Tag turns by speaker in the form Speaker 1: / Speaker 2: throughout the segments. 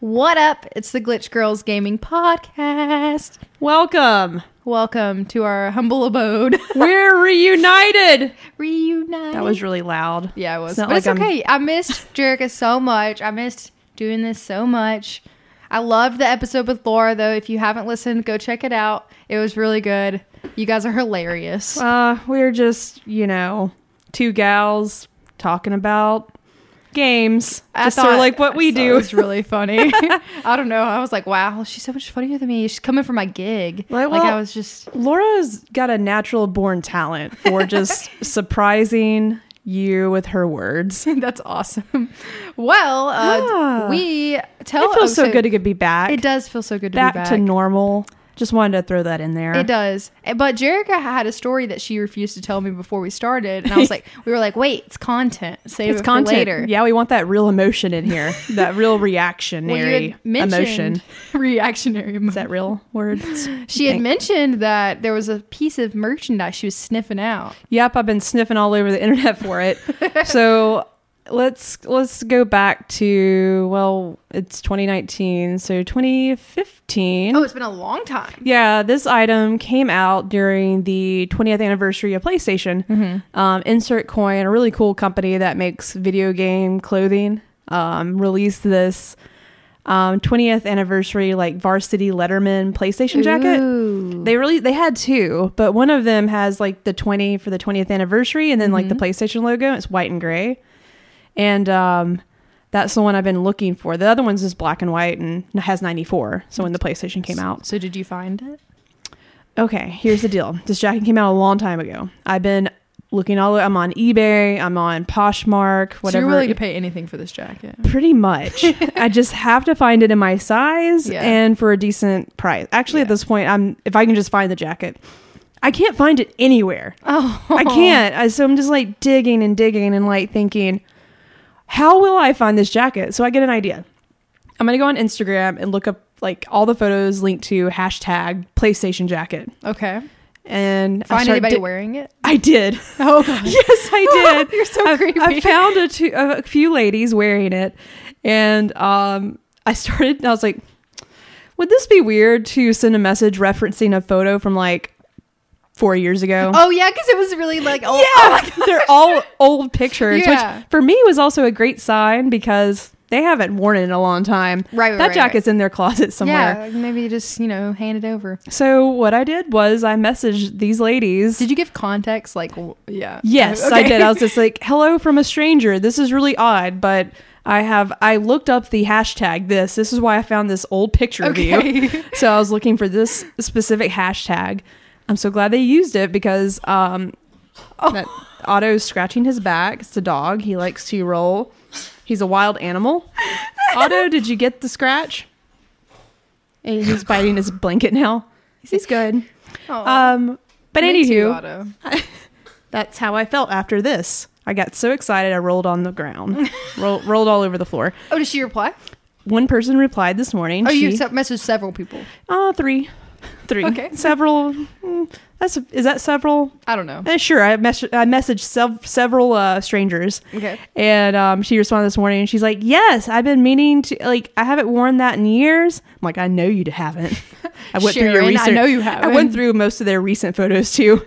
Speaker 1: What up? It's the Glitch Girls Gaming Podcast.
Speaker 2: Welcome.
Speaker 1: Welcome to our humble abode.
Speaker 2: We're reunited.
Speaker 1: Reunite.
Speaker 2: That was really loud.
Speaker 1: yeah, it was.
Speaker 2: It's not
Speaker 1: but it's
Speaker 2: like I'm-
Speaker 1: okay. I missed Jerica so much. I missed doing this so much. I loved the episode with Laura though. If you haven't listened, go check it out. It was really good. You guys are hilarious.
Speaker 2: Uh, we're just, you know, two gals talking about games.
Speaker 1: I
Speaker 2: just sort of
Speaker 1: thought-
Speaker 2: like what
Speaker 1: I
Speaker 2: we
Speaker 1: thought
Speaker 2: do.
Speaker 1: It was really funny. I don't know. I was like, wow, she's so much funnier than me. She's coming for my gig.
Speaker 2: Like,
Speaker 1: like I
Speaker 2: well-
Speaker 1: was just
Speaker 2: Laura's got a natural born talent for just surprising you with her words.
Speaker 1: That's awesome. Well, uh,
Speaker 2: Yeah.
Speaker 1: we tell.
Speaker 2: Ah, It feels
Speaker 1: oh,
Speaker 2: so good to get- be back.
Speaker 1: It does feel so good to
Speaker 2: back,
Speaker 1: be back.
Speaker 2: to normal. Just wanted to throw that in there.
Speaker 1: it does. Eh, But Jerica had a story that she refused to tell me before we started, and I was like, we were like, wait, it's content. Save
Speaker 2: It's
Speaker 1: it
Speaker 2: content.
Speaker 1: for later.
Speaker 2: Yeah, we want that real emotion in here. that real
Speaker 1: Well, you had
Speaker 2: reactionary emotion.
Speaker 1: mentioned- reactionary emotion.
Speaker 2: Is that real words?
Speaker 1: She had mentioned that there was a piece of merchandise she was sniffing out.
Speaker 2: Yep, I've been sniffing all over the internet for it. so let's let's go back to well, it's 2019, so 2015.
Speaker 1: Oh, it's been a long time.
Speaker 2: Yeah, this item came out during the 20th anniversary of PlayStation.
Speaker 1: Mm-hmm.
Speaker 2: Um, Insert Coin, a really cool company that makes video game clothing, um, released this um, 20th anniversary like varsity Letterman PlayStation jacket.
Speaker 1: Ooh.
Speaker 2: They really they had two, but one of them has like the 20 for the 20th anniversary and then like the
Speaker 1: Mm-hmm.
Speaker 2: PlayStation logo. It's white and gray. And um that's the one I've been looking for. The other one's just black and white and has 94. So when the PlayStation came out.
Speaker 1: So did you find it?
Speaker 2: Okay, here's the deal. This jacket came out a long time ago. I've been looking all I'm on eBay, I'm on Poshmark,
Speaker 1: So
Speaker 2: whatever.
Speaker 1: you're willing to pay anything for this jacket?
Speaker 2: Pretty much. I just have to find it in my size
Speaker 1: Yeah.
Speaker 2: and for a decent price. Actually, at
Speaker 1: Yeah.
Speaker 2: this point, I'm if I can just find the jacket. I can't find it anywhere.
Speaker 1: Oh,
Speaker 2: I can't. I, so I'm just like digging and digging and like thinking, how will I find this jacket? So I get an idea. I'm gonna go on Instagram and look up like all the photos linked to hashtag PlayStation jacket.
Speaker 1: Okay.
Speaker 2: And I
Speaker 1: Find
Speaker 2: start
Speaker 1: anybody
Speaker 2: di-
Speaker 1: wearing it?
Speaker 2: I did.
Speaker 1: Oh god.
Speaker 2: yes, I did.
Speaker 1: You're so
Speaker 2: I,
Speaker 1: creepy.
Speaker 2: I found a, two, a few ladies wearing it, and um, I started. I was like, "Would this be weird to send a message referencing a photo from like four years ago?"
Speaker 1: Oh yeah, because it was really like oh,
Speaker 2: yeah, they're all old pictures,
Speaker 1: Yeah.
Speaker 2: which for me was also a great sign because they haven't worn it in a long time.
Speaker 1: Right, right,
Speaker 2: that
Speaker 1: right,
Speaker 2: jacket's in their closet somewhere.
Speaker 1: Yeah, maybe you just you know hand it over.
Speaker 2: So what I did was I messaged these ladies.
Speaker 1: Did you give context? Like w- yeah.
Speaker 2: Yes, I
Speaker 1: Okay.
Speaker 2: did. I was just like, "Hello from a stranger. This is really odd, but I have I looked up the hashtag this. This is why I found this old picture of you."
Speaker 1: okay.
Speaker 2: So I was looking for this specific hashtag. I'm so glad they used it because um
Speaker 1: Oh.
Speaker 2: that Otto's scratching his back. It's a dog. He likes to roll. He's a wild animal. Otto, did you get the scratch? And He's biting his blanket now. He's good.
Speaker 1: Aw.
Speaker 2: Um but
Speaker 1: Me too,
Speaker 2: anywho,
Speaker 1: Otto.
Speaker 2: that's how I felt after this. I got so excited I rolled on the ground, roll, rolled all over the floor.
Speaker 1: Oh, did she reply?
Speaker 2: One person replied this morning.
Speaker 1: Oh, you
Speaker 2: she-
Speaker 1: se- messaged several people.
Speaker 2: uh, three, three,
Speaker 1: Okay.
Speaker 2: several. mm, That's is that several?
Speaker 1: I don't know.
Speaker 2: Eh, sure, I mess- I messaged sev- several uh, strangers.
Speaker 1: Okay.
Speaker 2: And um, she responded this morning and she's like, Yes, I've been meaning to, like, I haven't worn that in years. I'm like, I know you haven't. I went through your
Speaker 1: Sharon, I
Speaker 2: recent,
Speaker 1: know you
Speaker 2: I
Speaker 1: haven't.
Speaker 2: went through most of their recent photos too,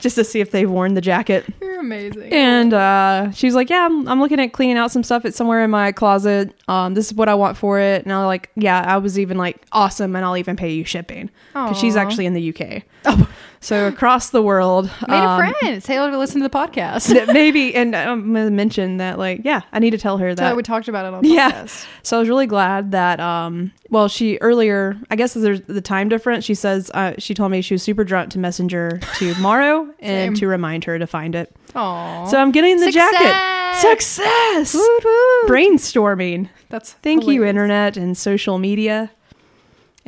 Speaker 2: just to see if they've worn the jacket.
Speaker 1: You're amazing.
Speaker 2: And uh, she was like, "Yeah, I'm, I'm looking at cleaning out some stuff. It's somewhere in my closet. Um, this is what I want for it." And I was like, "Yeah, I was even like awesome, and I'll even pay you shipping because she's
Speaker 1: Aw. Oh.
Speaker 2: actually in the UK, so across the world."
Speaker 1: Made
Speaker 2: um,
Speaker 1: a friend. Say hello to listen to the podcast.
Speaker 2: that maybe, and I'm gonna mention that, like, yeah, I need to tell her
Speaker 1: So
Speaker 2: that.
Speaker 1: we talked about it on the
Speaker 2: Yeah.
Speaker 1: podcast.
Speaker 2: so I was really glad that, um, well, she earlier, I guess there's the time difference. She says uh, she told me she was super drunk to messenger tomorrow and
Speaker 1: Same.
Speaker 2: to remind her to find it.
Speaker 1: Aww.
Speaker 2: So I'm getting the
Speaker 1: Success!
Speaker 2: jacket. Success! Brainstorming.
Speaker 1: That's
Speaker 2: Thank you,
Speaker 1: hilarious.
Speaker 2: internet and social media.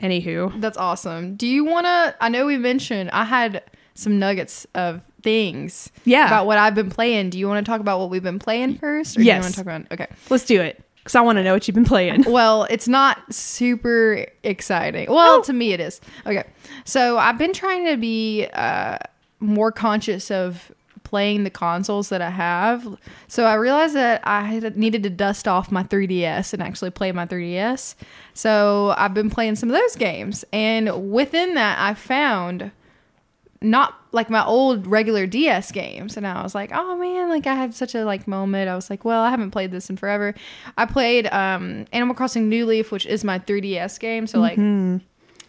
Speaker 2: Anywho,
Speaker 1: That's awesome. Do you want to? I know we mentioned I had some nuggets of things.
Speaker 2: Yeah.
Speaker 1: About what I've been playing. Do you want to talk about what we've been playing first? Or Do
Speaker 2: Yes.
Speaker 1: you want to talk about? Okay.
Speaker 2: let's do it because I want to know what you've been playing.
Speaker 1: Well, it's not super exciting. Well,
Speaker 2: Oh.
Speaker 1: to me it is. Okay. So I've been trying to be uh, more conscious of playing the consoles that I have. So I realized that I had needed to dust off my 3DS and actually play my 3DS. So I've been playing some of those games. And within that, I found not like my old regular DS games. And I was like, oh man, like I had such a like moment. I was like, well, I haven't played this in forever. I played um Animal Crossing New Leaf, which is my 3DS game. So like
Speaker 2: Mm-hmm.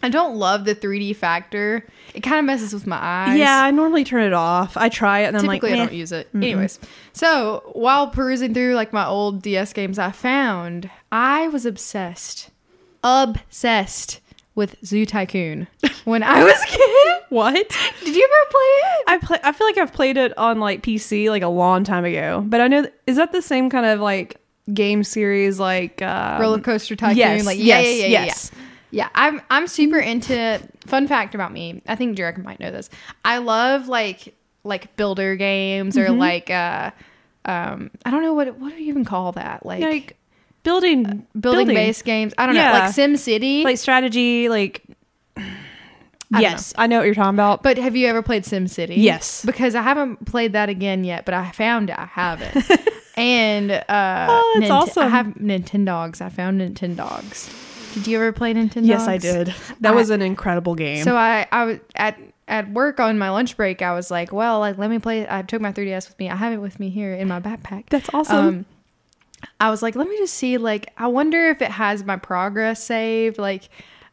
Speaker 1: I don't love the 3D factor. It kind of messes with my eyes.
Speaker 2: Yeah, I normally turn it off. I try it and I'm like,
Speaker 1: Typically, I
Speaker 2: "Meh." Mm-hmm.
Speaker 1: don't use it. Anyways, so while perusing through like my old DS games, I found I was obsessed, obsessed with Zoo Tycoon when I was a kid.
Speaker 2: what?
Speaker 1: Did you ever play it?
Speaker 2: I play. I feel like I've played it on like PC like a long time ago, but I know is that the same kind of like game series like um,
Speaker 1: Roller Coaster Tycoon.
Speaker 2: yes,
Speaker 1: like, yeah,
Speaker 2: yes,
Speaker 1: yeah, yeah, yeah,
Speaker 2: yes.
Speaker 1: yeah. Yeah, I'm I'm super into. Fun fact about me, I think Jarek might know this. I love like like builder games or
Speaker 2: Mm-hmm.
Speaker 1: like uh um I don't know what what do you even call that
Speaker 2: like building
Speaker 1: building, based games. I don't know,
Speaker 2: Yeah.
Speaker 1: like Sim City.
Speaker 2: like strategy like.
Speaker 1: don't
Speaker 2: yes, I know what you're talking about.
Speaker 1: but have you ever played Sim City?
Speaker 2: Yes.
Speaker 1: because I haven't played that again yet, but I found I haven't. and uh,
Speaker 2: Oh, that's
Speaker 1: I
Speaker 2: awesome.
Speaker 1: have Nintendogs. I found Nintendogs. Did you ever play Nintendogs?
Speaker 2: yes, I did. That
Speaker 1: I-
Speaker 2: was an incredible game.
Speaker 1: So I, I was at at work on my lunch break. I was like, well, like let me play. I took my 3ds with me. I have it with me here in my backpack.
Speaker 2: That's awesome.
Speaker 1: Um, I was like, let me just see. Like, I wonder if it has my progress saved. Like,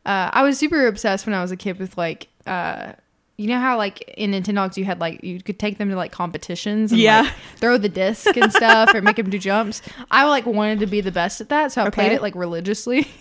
Speaker 1: uh, I was super obsessed when I was a kid with like, uh, you know how like in Nintendogs you had like you could take them to like competitions and
Speaker 2: Yeah.
Speaker 1: like, throw the disc and stuff or make them do jumps. I like wanted to be the best at that, so I played
Speaker 2: Okay.
Speaker 1: it like religiously.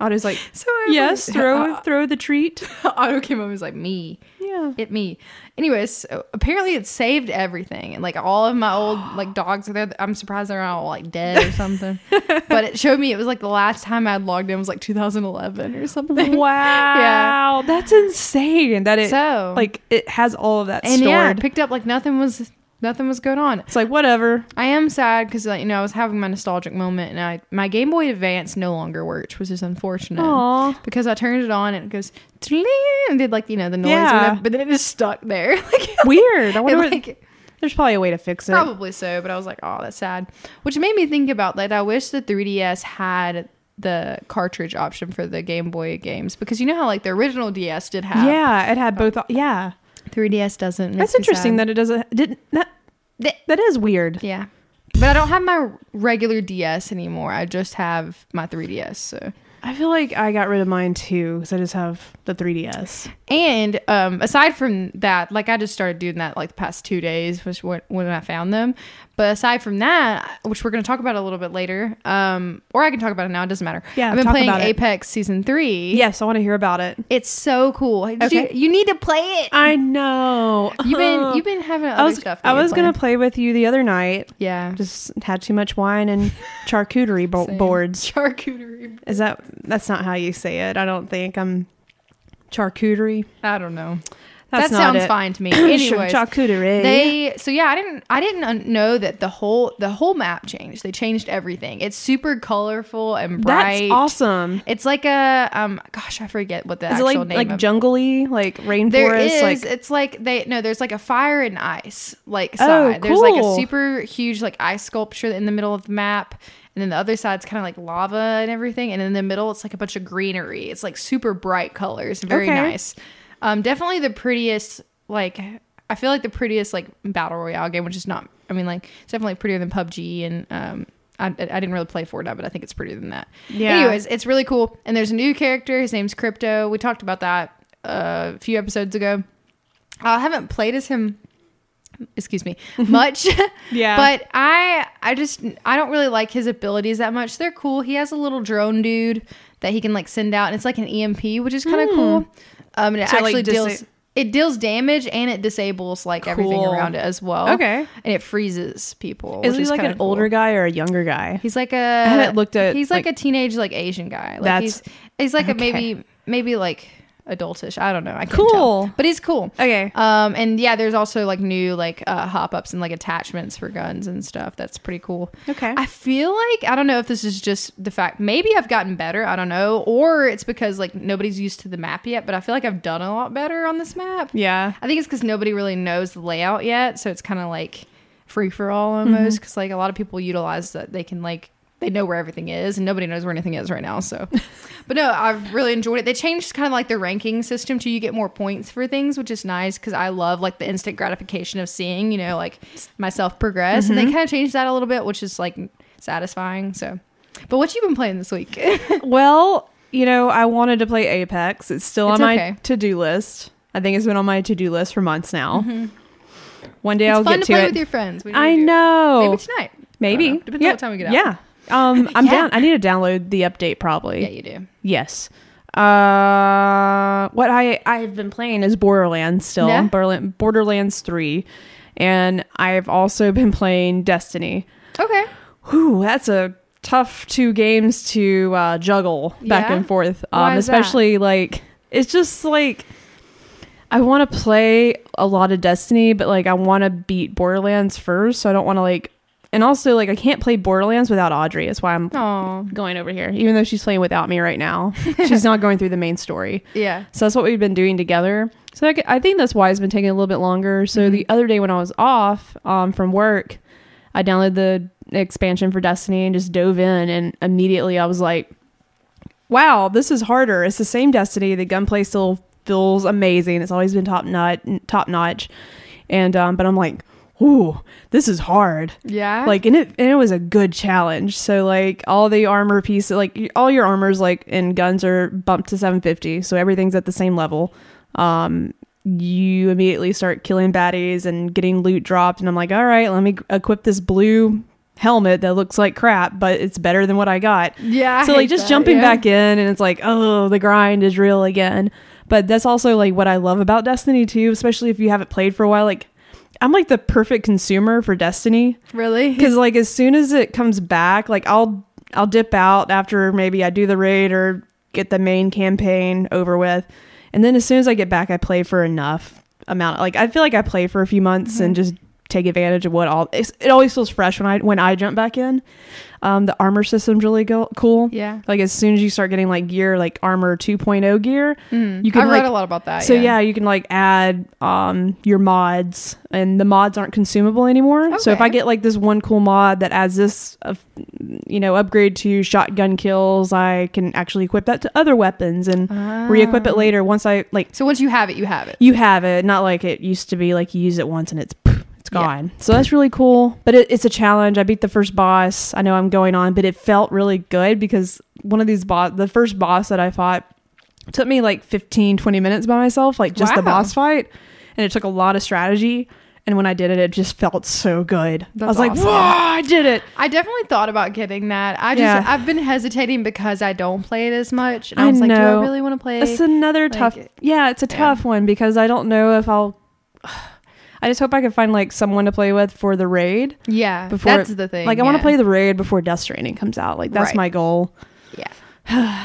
Speaker 2: Otto's like,
Speaker 1: so I uh, was-
Speaker 2: yes, throw throw the treat.
Speaker 1: Otto came home and was like, me
Speaker 2: Yeah.
Speaker 1: it me. Anyways, so apparently it saved everything, and like all of my old like dogs are there. I'm surprised they're not all like dead or something. but it showed me it was like the last time I logged in was like 2011 or something.
Speaker 2: Wow, that's insane. That it
Speaker 1: So-
Speaker 2: like it has all of that
Speaker 1: And yeah, I
Speaker 2: stored.
Speaker 1: picked up like nothing was nothing was going on.
Speaker 2: it's like whatever.
Speaker 1: I am sad because like you know I was having my nostalgic moment, and I my Game Boy Advance no longer worked, which is unfortunate.
Speaker 2: Aw.
Speaker 1: Because I turned it on and it goes "Tling," and did like you know the noise, or
Speaker 2: Yeah.
Speaker 1: whatever, but then it just stuck there. like,
Speaker 2: Weird. I wonder.
Speaker 1: it,
Speaker 2: what-
Speaker 1: like
Speaker 2: there's probably a way to fix it.
Speaker 1: Probably so, but I was like, oh, that's sad. Which made me think about that. I wish the 3DS had the cartridge option for the Game Boy games because you know how like the original DS did have.
Speaker 2: Yeah, it had both. Yeah,
Speaker 1: 3DS doesn't.
Speaker 2: that's interesting that it doesn't. Didn't that?
Speaker 1: Th-
Speaker 2: That is weird.
Speaker 1: yeah. But I don't have my regular DS anymore. I just have my 3DS. So.
Speaker 2: I feel like I got rid of mine too because I just have the 3ds.
Speaker 1: And um, aside from that, like I just started doing that like the past two days, which when, when I found them. But aside from that, which we're going to talk about a little bit later, um, or I can talk about it now. It doesn't matter.
Speaker 2: Yeah,
Speaker 1: I've been
Speaker 2: talk
Speaker 1: playing
Speaker 2: about it.
Speaker 1: Apex Season Three.
Speaker 2: Yes, I want to hear about it.
Speaker 1: it's so cool. Did
Speaker 2: Okay.
Speaker 1: You, you need to play it.
Speaker 2: I know.
Speaker 1: You've been you've been having other
Speaker 2: I was
Speaker 1: stuff. that
Speaker 2: I
Speaker 1: you're
Speaker 2: was gonna
Speaker 1: playing.
Speaker 2: play with you the other night.
Speaker 1: yeah
Speaker 2: Just had too much wine and charcuterie bo-
Speaker 1: Same.
Speaker 2: boards.
Speaker 1: charcuterie.
Speaker 2: Is that that's not how you say it? I don't think I'm charcuterie.
Speaker 1: I don't know.
Speaker 2: That's
Speaker 1: that
Speaker 2: not
Speaker 1: sounds
Speaker 2: it.
Speaker 1: fine to me.
Speaker 2: Sure,
Speaker 1: Anyways,
Speaker 2: charcuterie.
Speaker 1: They so yeah, I didn't I didn't un- know that the whole the whole map changed. They changed everything. It's super colorful and bright.
Speaker 2: that's awesome.
Speaker 1: It's like a um gosh, I forget what the
Speaker 2: Is it
Speaker 1: actual
Speaker 2: like
Speaker 1: name
Speaker 2: like
Speaker 1: of
Speaker 2: jungly, like rainforest?
Speaker 1: there is
Speaker 2: like
Speaker 1: it's like they no there's like a fire and ice like side there's like a
Speaker 2: Oh, cool.
Speaker 1: super huge like ice sculpture in the middle of the map and then the other side's kind of like lava and everything and in the middle it's like a bunch of greenery it's like super bright colors very
Speaker 2: Okay.
Speaker 1: nice um definitely the prettiest like I feel like the prettiest like battle royale game which is not I mean like it's definitely prettier than PUBG and um I, I didn't really play Fortnite, but I think it's prettier than that.
Speaker 2: Yeah.
Speaker 1: Anyways, it's really cool. And there's a new character. His name's Crypto. We talked about that uh, a few episodes ago. I haven't played as him. Excuse me, much.
Speaker 2: Yeah.
Speaker 1: But I, I just, I don't really like his abilities that much. They're cool. He has a little drone dude that he can like send out, and it's like an EMP, which is kind of cool. Um, and it
Speaker 2: Hmm. So, like,
Speaker 1: actually
Speaker 2: disa-
Speaker 1: deals. It deals damage and it disables like everything
Speaker 2: Cool.
Speaker 1: around it as well.
Speaker 2: Okay.
Speaker 1: and it freezes people.
Speaker 2: is
Speaker 1: which
Speaker 2: he like
Speaker 1: kinda
Speaker 2: an
Speaker 1: cool.
Speaker 2: older guy or a younger guy?
Speaker 1: He's like a.
Speaker 2: haven't looked at,
Speaker 1: He's like,
Speaker 2: like-
Speaker 1: a teenage like Asian guy. Like
Speaker 2: That's-
Speaker 1: he's he's like a
Speaker 2: okay.
Speaker 1: maybe maybe like a adultish. I don't know. I can't
Speaker 2: Cool.
Speaker 1: tell. but he's cool.
Speaker 2: Okay.
Speaker 1: Um, and yeah, there's also like new like uh, hop ups and like attachments for guns and stuff. That's pretty cool.
Speaker 2: Okay.
Speaker 1: I feel like I don't know if this is just the fact. Maybe I've gotten better. I don't know, or it's because like nobody's used to the map yet. But I feel like I've done a lot better on this map.
Speaker 2: yeah.
Speaker 1: I think it's because nobody really knows the layout yet, so it's kind of like free for all
Speaker 2: Mm-hmm.
Speaker 1: almost. Because like a lot of people utilize that they can like they know where everything is, and nobody knows where anything is right now. So, but no, I've really enjoyed it. They changed kind of like the ranking system to you get more points for things, which is nice because I love like the instant gratification of seeing you know like myself progress, and
Speaker 2: Mm-hmm.
Speaker 1: they kind of changed that a little bit, which is like satisfying. So. But what you been playing this week?
Speaker 2: Well, you know, I wanted to play Apex. It's still
Speaker 1: It's
Speaker 2: on my
Speaker 1: okay.
Speaker 2: to-do list. I think it's been on my to-do list for months now. One day
Speaker 1: Mm-hmm. it's
Speaker 2: I'll
Speaker 1: fun
Speaker 2: get
Speaker 1: to
Speaker 2: to,
Speaker 1: play
Speaker 2: it.
Speaker 1: with your friends. We need
Speaker 2: I
Speaker 1: to do it.
Speaker 2: know.
Speaker 1: Maybe tonight. I
Speaker 2: Maybe.
Speaker 1: don't know. Depends on what time we get out.
Speaker 2: Yeah. Um, I'm
Speaker 1: Yeah.
Speaker 2: down. I need to download the update probably.
Speaker 1: Yeah, you do.
Speaker 2: Yes. Uh, what I I've been playing is Borderlands still.
Speaker 1: Yeah.
Speaker 2: Borderland, Borderlands three, and I've also been playing Destiny.
Speaker 1: Okay.
Speaker 2: Whew, that's a tough two games to uh, juggle back
Speaker 1: Yeah?
Speaker 2: and forth. Um,
Speaker 1: Why is that?
Speaker 2: especially like it's just like I want to play a lot of Destiny, but like I want to beat Borderlands first, so I don't want to like. And also, like, I can't play Borderlands without Audrey. That's why I'm
Speaker 1: Oh.
Speaker 2: going over here, even though she's playing without me right now. she's not going through the main story.
Speaker 1: Yeah.
Speaker 2: So that's what we've been doing together. So I, c- I think that's why it's been taking a little bit longer. So the other day when I was off um, from work, I downloaded the expansion for Destiny and just dove in, and immediately I was like, "Wow, this is harder. It's the same Destiny. The gunplay still feels amazing. It's always been top notch, top notch." And um, but I'm like, "Ooh, this is hard."
Speaker 1: Yeah.
Speaker 2: like and it and it was a good challenge so like all the armor pieces like y- all your armors like and guns are bumped to 750 so everything's at the same level um you immediately start killing baddies and getting loot dropped and i'm like all right let me equip this blue helmet that looks like crap but it's better than what i got
Speaker 1: yeah. I
Speaker 2: so like
Speaker 1: hate
Speaker 2: just
Speaker 1: that,
Speaker 2: jumping
Speaker 1: yeah.
Speaker 2: back in and it's like oh the grind is real again but that's also like what i love about destiny too especially if you haven't played for a while like i'm like the perfect consumer for destiny
Speaker 1: Really?
Speaker 2: because like as soon as it comes back like i'll i'll dip out after maybe i do the raid or get the main campaign over with and then as soon as i get back i play for enough amount like i feel like i play for a few months and just take advantage of what all it's, it always feels fresh when i when i jump back in um the armor system's really go- cool
Speaker 1: Yeah.
Speaker 2: like as soon as you start getting like gear like armor 2.0 gear
Speaker 1: Mm.
Speaker 2: you can
Speaker 1: I
Speaker 2: like
Speaker 1: read a lot about that.
Speaker 2: so yeah. you can like add um your mods, and the mods aren't consumable anymore. So if
Speaker 1: Okay.
Speaker 2: I get like this one cool mod that adds this, uh, you know, upgrade to shotgun kills, I can actually equip that to other weapons and re-equip
Speaker 1: Ah.
Speaker 2: it later once I like
Speaker 1: So once you have it, you have it.
Speaker 2: you have it. Not like it used to be like you use it once and it's poof, it's
Speaker 1: Yeah.
Speaker 2: gone. So that's really cool. But it, it's a challenge. I beat the first boss. I know I'm going on, but it felt really good because one of these boss, the first boss that I fought, took me like 15, 20 minutes by myself, like just the
Speaker 1: Wow.
Speaker 2: boss fight, and it took a lot of strategy. And when I did it, it just felt so good. I
Speaker 1: That's
Speaker 2: was like,
Speaker 1: awesome.
Speaker 2: "Whoa, I did it!"
Speaker 1: I definitely thought about getting that. I just
Speaker 2: Yeah.
Speaker 1: I've been hesitating because I don't play it as much, and I,
Speaker 2: I
Speaker 1: was like, do
Speaker 2: know.
Speaker 1: I really want to play?
Speaker 2: It's another
Speaker 1: like,
Speaker 2: tough.
Speaker 1: it-
Speaker 2: Yeah, it's a tough one because I don't know if I'll. I just hope I can find like someone to play with for the raid.
Speaker 1: yeah,
Speaker 2: before
Speaker 1: that's the thing.
Speaker 2: Like I want
Speaker 1: yeah.
Speaker 2: to play the raid before Dust Training comes out. Like that's
Speaker 1: Right.
Speaker 2: my goal.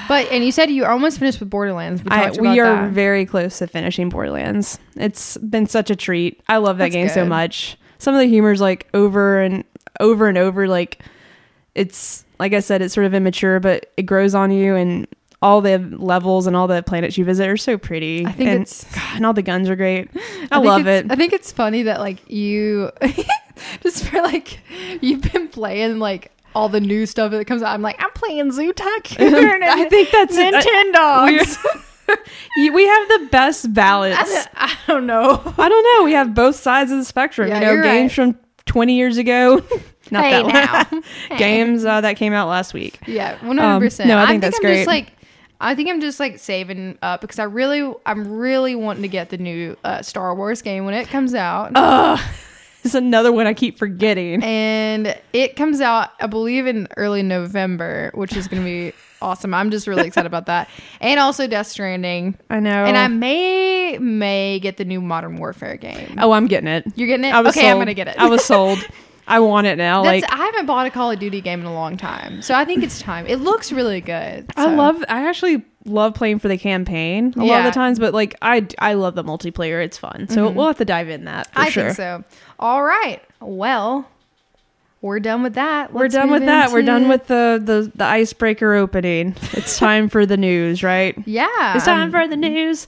Speaker 1: But and you said you almost finished with Borderlands. We,
Speaker 2: I,
Speaker 1: talked about
Speaker 2: we are
Speaker 1: that.
Speaker 2: very close to finishing Borderlands. It's been such a treat. I love that
Speaker 1: That's
Speaker 2: game so
Speaker 1: good.
Speaker 2: much. Some of the humor's like over and over and over. Like it's like I said, it's sort of immature, but it grows on you and. All the levels and all the planets you visit are so pretty.
Speaker 1: I think
Speaker 2: and,
Speaker 1: it's-
Speaker 2: God, and all the guns are great. I,
Speaker 1: think
Speaker 2: love
Speaker 1: it's-
Speaker 2: it.
Speaker 1: I think it's funny that like you just for like you've been playing like all the new stuff that comes out. I'm like I'm playing Zoo Tycoon.
Speaker 2: I
Speaker 1: and
Speaker 2: think that's it.
Speaker 1: Nintendo.
Speaker 2: You- we have the best balance.
Speaker 1: I don't know.
Speaker 2: I don't know. We have both sides of the spectrum.
Speaker 1: Yeah,
Speaker 2: you know,
Speaker 1: you're
Speaker 2: games from 20 years ago. Not
Speaker 1: Hey,
Speaker 2: that one.
Speaker 1: now.
Speaker 2: games uh, that came out last week.
Speaker 1: Yeah, one hundred percent.
Speaker 2: no, I think that's
Speaker 1: I'm
Speaker 2: great.
Speaker 1: Just, like, I think I'm just like saving up because I really, I'm really wanting to get the new uh, Star Wars game when it comes out,
Speaker 2: Oh. It's another one I keep forgetting.
Speaker 1: and it comes out, I believe, in early November, which is going to be awesome. I'm just really excited about that, and also Death Stranding,
Speaker 2: I know.
Speaker 1: and I may may get the new Modern Warfare game.
Speaker 2: Oh, I'm getting it.
Speaker 1: You're getting it.
Speaker 2: I was
Speaker 1: Eh, okay, I'm
Speaker 2: sold.
Speaker 1: gonna get it.
Speaker 2: I was sold. I want it now.
Speaker 1: That's,
Speaker 2: like
Speaker 1: I haven't bought a Call of Duty game in a long time, so I think it's time. It looks really good.
Speaker 2: I
Speaker 1: so.
Speaker 2: love. I actually love playing for the campaign a lot of
Speaker 1: Yeah. Mm-hmm.
Speaker 2: the times, but like I I love the multiplayer. It's fun. So we'll have to dive in that for
Speaker 1: I
Speaker 2: sure.
Speaker 1: think so. All right. Well, we're done with that.
Speaker 2: We're
Speaker 1: Let's
Speaker 2: done with
Speaker 1: move
Speaker 2: that. We're done
Speaker 1: into-
Speaker 2: with the, the the icebreaker opening. It's time for the news, right?
Speaker 1: Yeah.
Speaker 2: It's time for the news.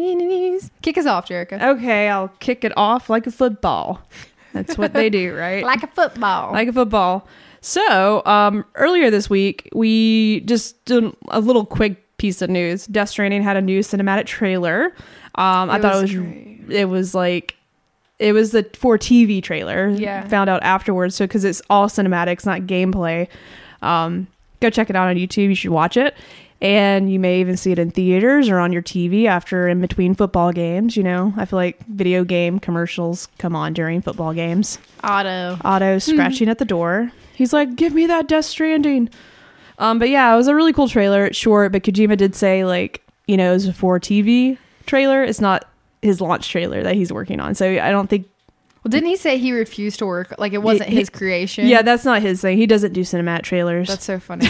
Speaker 1: news. Kick us off, Jerica.
Speaker 2: Okay, I'll kick it off like a football. That's what they do, right?
Speaker 1: Like a football.
Speaker 2: like a football. So um, earlier this week, we just did a little quick piece of news. Death Stranding had a new cinematic trailer. Um, I
Speaker 1: It
Speaker 2: thought
Speaker 1: was
Speaker 2: it was
Speaker 1: great.
Speaker 2: it was like it was the for TV trailer.
Speaker 1: Yeah.
Speaker 2: found out afterwards. So because it's all cinematics, not gameplay. Um, go check it out on YouTube. You should watch it. And you may even see it in theaters or on your TV after in between football games. You know, I feel like video game commercials come on during football games.
Speaker 1: Auto.
Speaker 2: Otto scratching at the door. He's like, "Give me that Death Stranding." Um, but yeah, it was a really cool trailer. It's short, but Kojima did say like, you know, it was a for TV trailer. It's not his launch trailer that he's working on. So I don't think.
Speaker 1: Well, didn't he say he refused to work? Like it wasn't
Speaker 2: He-
Speaker 1: his creation.
Speaker 2: Yeah, that's not his thing. He doesn't do cinematic trailers.
Speaker 1: that's so funny.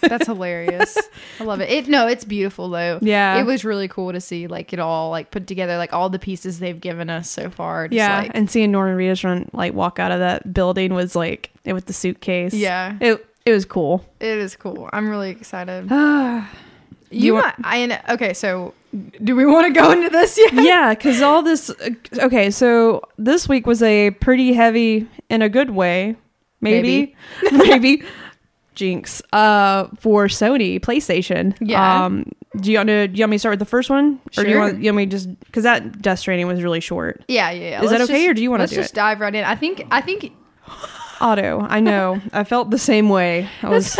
Speaker 1: That's hilarious. I love it. It no, it's beautiful though.
Speaker 2: Yeah.
Speaker 1: it was really cool to see like it all like put together, like all the pieces they've given us so far. Just,
Speaker 2: yeah,
Speaker 1: like,
Speaker 2: and seeing Norman Reedus run like walk out of that building was like it with the suitcase.
Speaker 1: Yeah.
Speaker 2: it it was cool.
Speaker 1: it is cool. I'm really excited.
Speaker 2: yeah,
Speaker 1: You,
Speaker 2: You
Speaker 1: want? I know. Okay, so do we want to go into this yet?
Speaker 2: because all this. Okay, so this week was a pretty heavy in a good way, maybe, maybe. Jinx. Uh, for Sony PlayStation.
Speaker 1: Yeah.
Speaker 2: Um, do you want to? Do you want me to start with the first one, or do you
Speaker 1: Sure.
Speaker 2: want? You want me to just because that Death Stranding was really short.
Speaker 1: Yeah, yeah. yeah.
Speaker 2: Is that
Speaker 1: Let's
Speaker 2: okay,
Speaker 1: just-
Speaker 2: or do you wanna
Speaker 1: Let's
Speaker 2: do
Speaker 1: just
Speaker 2: it?
Speaker 1: dive right in. I think. I think.
Speaker 2: Otto, I know. I felt the same way. I was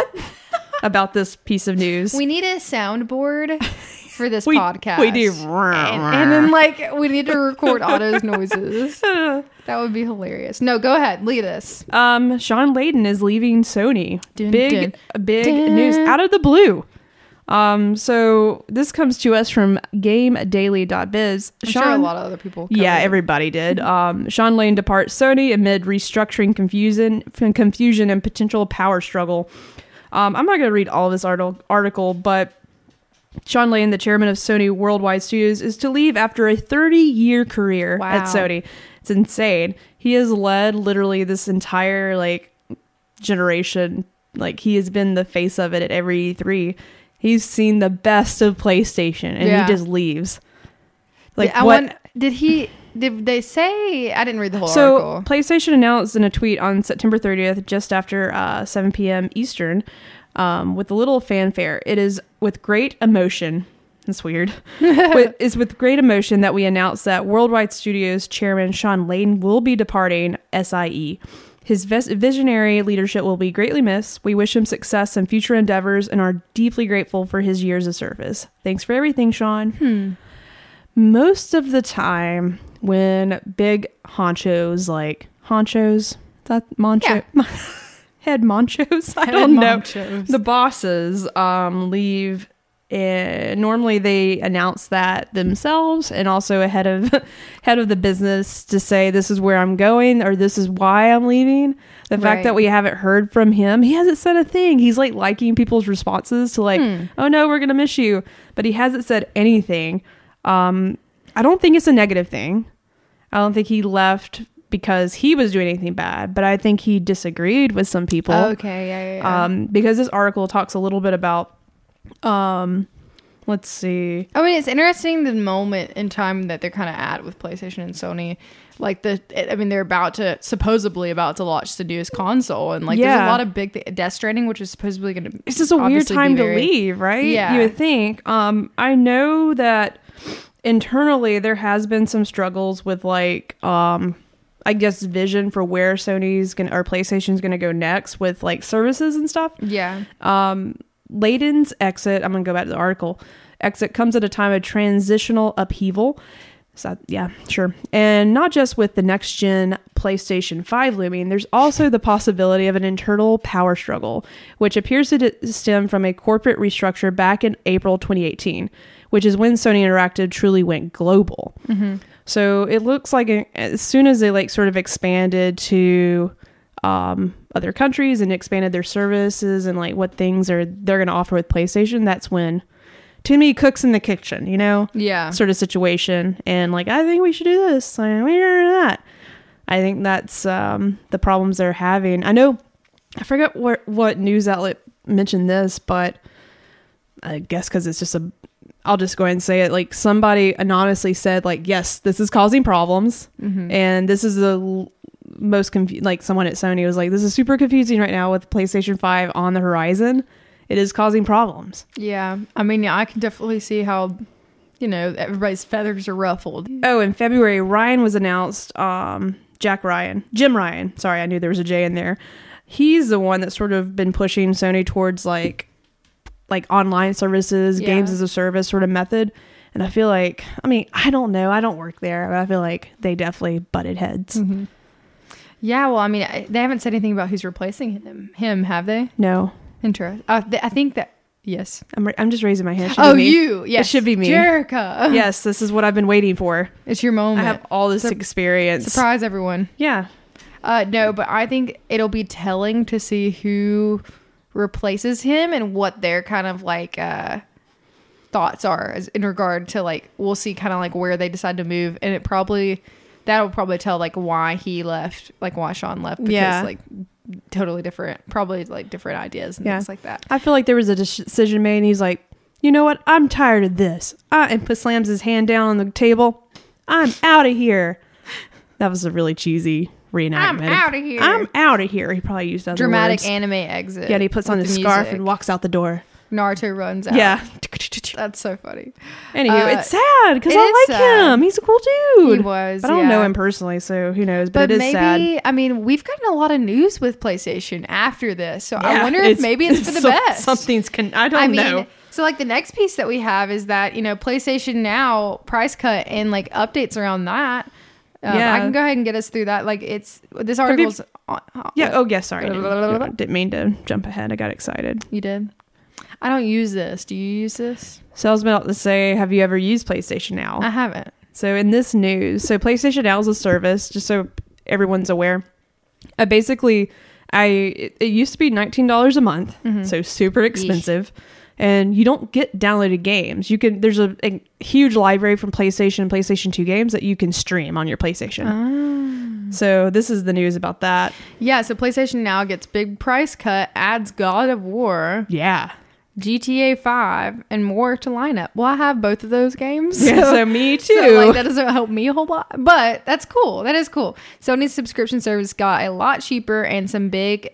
Speaker 2: about this piece of news.
Speaker 1: We need a soundboard for this
Speaker 2: We-
Speaker 1: podcast.
Speaker 2: We do.
Speaker 1: And, and then, like, we need to record Otto's noises.
Speaker 2: Uh,
Speaker 1: That would be hilarious. No, go ahead. Lead us.
Speaker 2: Um, Sean Layden is leaving Sony.
Speaker 1: Dun,
Speaker 2: big, big
Speaker 1: dun.
Speaker 2: news out of the blue. Um, so this comes to us from GameDaily.biz.
Speaker 1: I'm sure a lot of other people. covered
Speaker 2: yeah,
Speaker 1: it.
Speaker 2: everybody did. Um, Sean Lane departs Sony amid restructuring confusion, f- confusion and potential power struggle. Um, I'm not going to read all this article, article, but Sean Lane, the chairman of Sony Worldwide Studios, is to leave after a 30 year career
Speaker 1: Wow.
Speaker 2: at Sony. It's insane. He has led literally this entire like generation. Like he has been the face of it at every E3. He's seen the best of PlayStation, and
Speaker 1: Yeah.
Speaker 2: he just leaves. Like
Speaker 1: I
Speaker 2: what?
Speaker 1: want- did he? Did they say? I didn't read the whole
Speaker 2: So
Speaker 1: article.
Speaker 2: PlayStation announced in a tweet on September 30th, just after uh, 7 p.m. Eastern, um, with a little fanfare. It is with great emotion. That's weird. with, it's with great emotion that we announce that Worldwide Studios chairman Sean Layden will be departing SIE. His vis- visionary leadership will be greatly missed. We wish him success in future endeavors and are deeply grateful for his years of service. Thanks for everything, Sean
Speaker 1: hmm,
Speaker 2: most of the time when big honchos like honchos that moncho head monchos i don't know the bosses um leave eh, normally they announce that themselves and also ahead of head of the business to say this is where i'm going or this is why i'm leaving the
Speaker 1: Right.
Speaker 2: fact that we haven't heard from him he hasn't said a thing he's like liking people's responses to like oh no we're gonna miss you but he hasn't said anything um i don't think it's a negative thing i don't think he left because he was doing anything bad but i think he disagreed with some people
Speaker 1: okay. Yeah. Yeah. yeah.
Speaker 2: um, because this article talks a little bit about um, let's see
Speaker 1: I mean, it's interesting the moment in time that they're kind of at with PlayStation and Sony. Like the, I mean, they're about to supposedly about to launch the newest console, and like there's a
Speaker 2: Yeah.
Speaker 1: lot of big th- Death Stranding, which is supposedly going to.
Speaker 2: it's just a weird
Speaker 1: obviously be
Speaker 2: time
Speaker 1: very-
Speaker 2: to leave right
Speaker 1: Yeah.
Speaker 2: you would think um, i know that internally there has been some struggles with like um, i guess vision for where sony's gonna or playstation's gonna go next with like services and stuff
Speaker 1: Yeah.
Speaker 2: Um, Layden's exit, I'm going to go back to the article. Exit comes at a time of transitional upheaval. So, yeah, sure. And not just with the next gen PlayStation 5 looming, there's also the possibility of an internal power struggle, which appears to d- stem from a corporate restructure back in April 2018, which is when Sony Interactive truly went global. So it looks like a- as soon as they like sort of expanded to um, other countries and expanded their services and like what things are they're going to offer with PlayStation, that's when too many cooks in the kitchen, you know,
Speaker 1: Yeah.
Speaker 2: sort of situation. And like, I think we should do this. And we should do that. I think that's um, the problems they're having. I know, I forget what what news outlet mentioned this, but I guess because it's just a, I'll just go ahead and say it. Like somebody anonymously said, like, yes, this is causing problems
Speaker 1: Mhm.
Speaker 2: and this is the l- most confu- like someone at Sony was like this is super confusing right now with PlayStation 5 on the horizon it is causing problems
Speaker 1: Yeah. I mean, yeah, I can definitely see how, you know, everybody's feathers are ruffled.
Speaker 2: oh in February Ryan was announced um Jack Ryan Jim Ryan sorry I knew there was a J in there he's the one that's sort of been pushing Sony towards like like online services
Speaker 1: Yeah.
Speaker 2: games as a service sort of method and I feel like I mean I don't know I don't work there but I feel like they definitely butted heads
Speaker 1: Mm. Mm-hmm. Yeah. Well, I mean, I- they haven't said anything about who's replacing him. Him, have they?
Speaker 2: no
Speaker 1: Interesting. Uh, th- I think that yes.
Speaker 2: I'm, ra- I'm just raising my hand Should
Speaker 1: oh,
Speaker 2: be me.
Speaker 1: you. Yes.
Speaker 2: should be me.
Speaker 1: Jerica.
Speaker 2: yes, this is what I've been waiting for.
Speaker 1: It's your moment.
Speaker 2: I have all this
Speaker 1: Sur-
Speaker 2: experience.
Speaker 1: Surprise everyone.
Speaker 2: Yeah.
Speaker 1: Uh, no, but I think it'll be telling to see who replaces him and what their kind of like uh, thoughts are as, in regard to like we'll see kind of like where they decide to move, and it probably that'll probably tell like why he left, like why Sean left, because
Speaker 2: Yeah.
Speaker 1: like totally different, probably like different ideas and
Speaker 2: Yeah.
Speaker 1: things like that.
Speaker 2: I feel like there was a dec- decision made and he's like, you know what? I'm tired of this. I, and put, slams his hand down on the table. I'm out of here. That was a really cheesy reenactment.
Speaker 1: outta here.
Speaker 2: I'm out of here. He probably used other
Speaker 1: Dramatic
Speaker 2: words.
Speaker 1: anime exit.
Speaker 2: yeah, and he puts
Speaker 1: with
Speaker 2: on
Speaker 1: the
Speaker 2: his scarf
Speaker 1: music.
Speaker 2: and walks out the door.
Speaker 1: Naruto runs out.
Speaker 2: Yeah.
Speaker 1: that's so funny.
Speaker 2: Anywho,
Speaker 1: Uh,
Speaker 2: it's sad because
Speaker 1: it
Speaker 2: I
Speaker 1: is
Speaker 2: like
Speaker 1: sad.
Speaker 2: him. He's a cool dude.
Speaker 1: He was.
Speaker 2: But I don't know
Speaker 1: yeah.
Speaker 2: him personally, so who knows? But,
Speaker 1: But
Speaker 2: it is
Speaker 1: maybe
Speaker 2: sad.
Speaker 1: I mean we've gotten a lot of news with PlayStation after this, so I
Speaker 2: Yeah,
Speaker 1: wonder if maybe it's for the
Speaker 2: some-
Speaker 1: best.
Speaker 2: Something's con- I don't
Speaker 1: I mean,
Speaker 2: know.
Speaker 1: so like the next piece that we have is that you know PlayStation Now price cut and like updates around that. Um,
Speaker 2: Yeah.
Speaker 1: I can go ahead and get us through that. Like it's this
Speaker 2: you-
Speaker 1: article's. on, uh, on-
Speaker 2: Yeah. Oh, yeah. Sorry. I
Speaker 1: Blah, blah, blah,
Speaker 2: didn't,
Speaker 1: blah.
Speaker 2: didn't mean to jump ahead. I got excited.
Speaker 1: you did. I don't use this. Do you use this?
Speaker 2: Salesman ought to say, "Have you ever used PlayStation Now?"
Speaker 1: I haven't.
Speaker 2: So in this news, so PlayStation Now is a service, just so everyone's aware. I basically, I it, it used to be nineteen dollars a month,
Speaker 1: Hmm. Mm-hmm.
Speaker 2: so super expensive, and you don't get downloaded games. You can there's a, a huge library from PlayStation and PlayStation Two games that you can stream on your PlayStation.
Speaker 1: Ah.
Speaker 2: So this is the news about that.
Speaker 1: Yeah, so PlayStation Now gets big price cut, adds God of War,
Speaker 2: Yeah.
Speaker 1: GTA 5, and more to lineup. Well, I have both of those games.
Speaker 2: Yeah, so me too.
Speaker 1: So, like that doesn't help me a whole lot, but that's cool. That is cool. Sony's subscription service got a lot cheaper and some big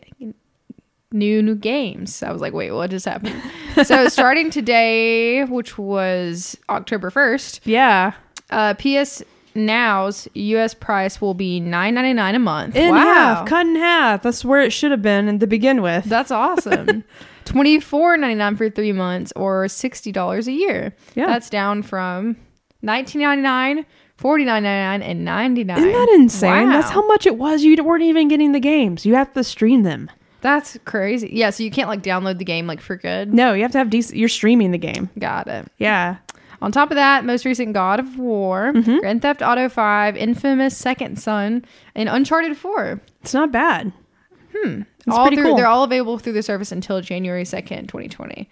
Speaker 1: new new games. I was like, wait, what just happened? so starting today, which was October first,
Speaker 2: yeah.
Speaker 1: uh, PS Now's U.S. price will be nine ninety nine a month.
Speaker 2: In half, cut in half. That's where it should have been and to begin with.
Speaker 1: That's awesome. Twenty four ninety nine for three months or sixty dollars a year.
Speaker 2: Yeah.
Speaker 1: That's down from nineteen ninety nine, forty nine ninety nine, and ninety nine.
Speaker 2: Isn't that insane? That's how much it was. You weren't even getting the games. You have to stream them.
Speaker 1: That's crazy. Yeah, so you can't like download the game like for good.
Speaker 2: No, you have to have decent. You're streaming the game.
Speaker 1: Got it.
Speaker 2: Yeah.
Speaker 1: On top of that, most recent God of War,
Speaker 2: Mm-hmm.
Speaker 1: Grand Theft Auto Five, Infamous Second Son, and Uncharted Four.
Speaker 2: It's not bad. It's
Speaker 1: Hmm. all
Speaker 2: pretty
Speaker 1: through,
Speaker 2: cool.
Speaker 1: They're all available through the service until January second, twenty twenty.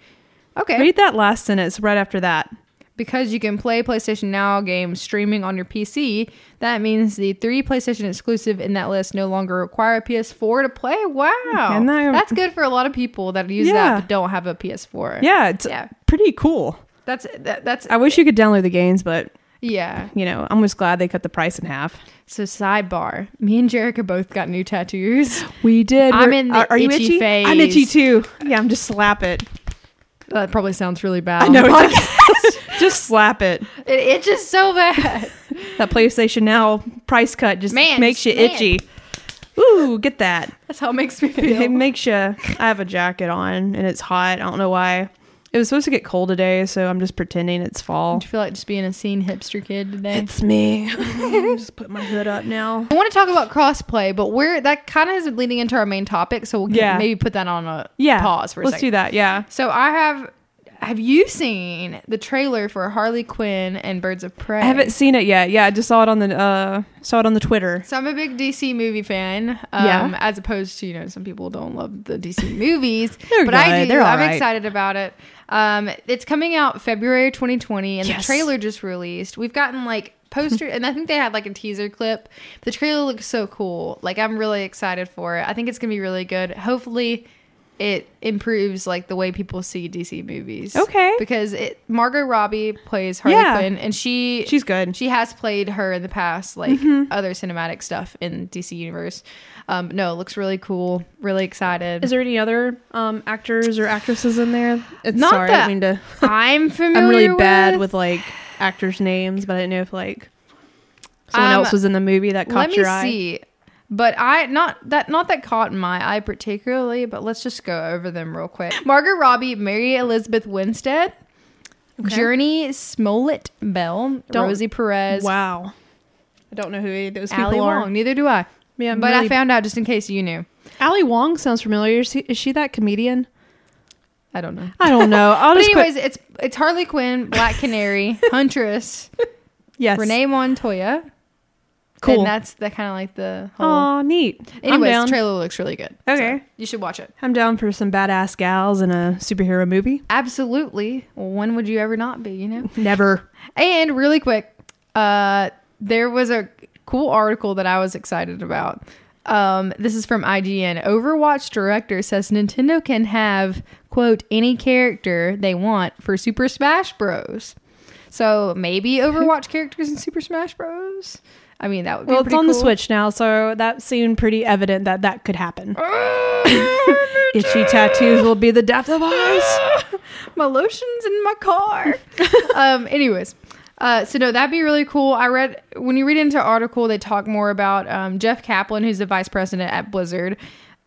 Speaker 1: Okay.
Speaker 2: Read that last sentence right after that.
Speaker 1: Because you can play PlayStation Now games streaming on your PC, that means the three PlayStation exclusive in that list no longer require a PS4 to play. Wow.
Speaker 2: And that-
Speaker 1: That's good for a lot of people that use
Speaker 2: Yeah.
Speaker 1: that but don't have a PS4.
Speaker 2: Yeah, it's
Speaker 1: Yeah.
Speaker 2: pretty cool.
Speaker 1: That's that, that's
Speaker 2: I wish you could download the games, but
Speaker 1: yeah.
Speaker 2: you know, I'm just glad they cut the price in half.
Speaker 1: So sidebar, me and Jerica both got new tattoos.
Speaker 2: We did.
Speaker 1: I'm
Speaker 2: We're-
Speaker 1: in the
Speaker 2: are, are you
Speaker 1: itchy
Speaker 2: itchy? I'm
Speaker 1: phase.
Speaker 2: itchy too. Yeah, I'm just slap it.
Speaker 1: That probably sounds really bad.
Speaker 2: I know.
Speaker 1: on the
Speaker 2: it's- just slap it.
Speaker 1: pod- It itches so bad.
Speaker 2: That PlayStation Now price cut just
Speaker 1: Man,
Speaker 2: makes
Speaker 1: just
Speaker 2: you
Speaker 1: man.
Speaker 2: itchy. Ooh, get that.
Speaker 1: That's how it makes me
Speaker 2: It
Speaker 1: feel.
Speaker 2: makes you. I have a jacket on and it's hot. I don't know why. It was supposed to get cold today, so I'm just pretending it's fall.
Speaker 1: Do you feel like just being a scene hipster kid today?
Speaker 2: It's me. just put my hood up now.
Speaker 1: I want to talk about crossplay, but we're that kind of is leading into our main topic, so we'll get,
Speaker 2: Yeah.
Speaker 1: maybe put that on a
Speaker 2: Yeah.
Speaker 1: pause for a
Speaker 2: Let's
Speaker 1: second.
Speaker 2: do that. Yeah.
Speaker 1: So I have have you seen the trailer for Harley Quinn and Birds of Prey?
Speaker 2: I haven't seen it yet. Yeah, I just saw it on the uh saw it on the Twitter.
Speaker 1: So I'm a big DC movie fan. Um,
Speaker 2: Yeah.
Speaker 1: As opposed to you know some people don't love the DC movies,
Speaker 2: They're
Speaker 1: but I
Speaker 2: good.
Speaker 1: do.
Speaker 2: They're all
Speaker 1: I'm
Speaker 2: right.
Speaker 1: excited about it. Um, it's coming out February 2020, and
Speaker 2: Yes.
Speaker 1: the trailer just released. We've gotten like poster, and I think they had like a teaser clip. The trailer looks so cool. Like I'm really excited for it. I think it's gonna be really good. Hopefully. It improves like the way people see DC movies.
Speaker 2: Okay.
Speaker 1: because it Margot Robbie plays Harley
Speaker 2: Yeah.
Speaker 1: Quinn, and she
Speaker 2: She's good.
Speaker 1: she has played her in the past, like other cinematic stuff in DC universe. Um, no, it looks really cool. Really excited.
Speaker 2: Is there any other um actors or actresses in there? It's
Speaker 1: Not
Speaker 2: sorry,
Speaker 1: that
Speaker 2: I mean to
Speaker 1: I'm familiar.
Speaker 2: I'm really bad
Speaker 1: with.
Speaker 2: with like actors' names, but I didn't know if like someone
Speaker 1: Um,
Speaker 2: else was in the movie that caught
Speaker 1: Let me
Speaker 2: your eye.
Speaker 1: see. But I not that not that caught my eye particularly, but let's just go over them real quick. Margot Robbie, Mary Elizabeth Winstead,
Speaker 2: Okay.
Speaker 1: Journey Smollett Bell,
Speaker 2: Don't-
Speaker 1: Rosie Perez,
Speaker 2: Wow. I don't know who any of those
Speaker 1: Ali
Speaker 2: people
Speaker 1: Wong.
Speaker 2: are.
Speaker 1: Neither do I.
Speaker 2: Yeah,
Speaker 1: but I
Speaker 2: really-
Speaker 1: found out just in case you knew.
Speaker 2: Ali Wong sounds familiar. Is, he, is she that comedian?
Speaker 1: I don't know.
Speaker 2: I don't know. I'll
Speaker 1: But
Speaker 2: just
Speaker 1: anyways, it's it's Harley Quinn, Black Canary, Huntress,
Speaker 2: put, yes.
Speaker 1: Renee Montoya. Cool.
Speaker 2: Cool.
Speaker 1: And that's the kind of like the whole.
Speaker 2: Aw, neat.
Speaker 1: Anyways,
Speaker 2: I'm down.
Speaker 1: the trailer looks really good.
Speaker 2: Okay.
Speaker 1: So you should watch it.
Speaker 2: I'm down for some badass gals in a superhero movie.
Speaker 1: Absolutely. When would you ever not be? You know.
Speaker 2: Never.
Speaker 1: And really quick, uh, there was a cool article that I was excited about. Um, this is from IGN. Overwatch director says Nintendo can have quote any character they want for Super Smash Bros. So maybe Overwatch characters in Super Smash Bros. I mean that would be
Speaker 2: Well, it's
Speaker 1: pretty
Speaker 2: on the
Speaker 1: cool.
Speaker 2: Switch now, so that seemed pretty evident that that could happen. Itchy tattoos will be the death of us.
Speaker 1: my lotion's in my car. um, anyways, uh, so no, that'd be really cool. I read when you read into article, they talk more about um, Jeff Kaplan, who's the vice president at Blizzard.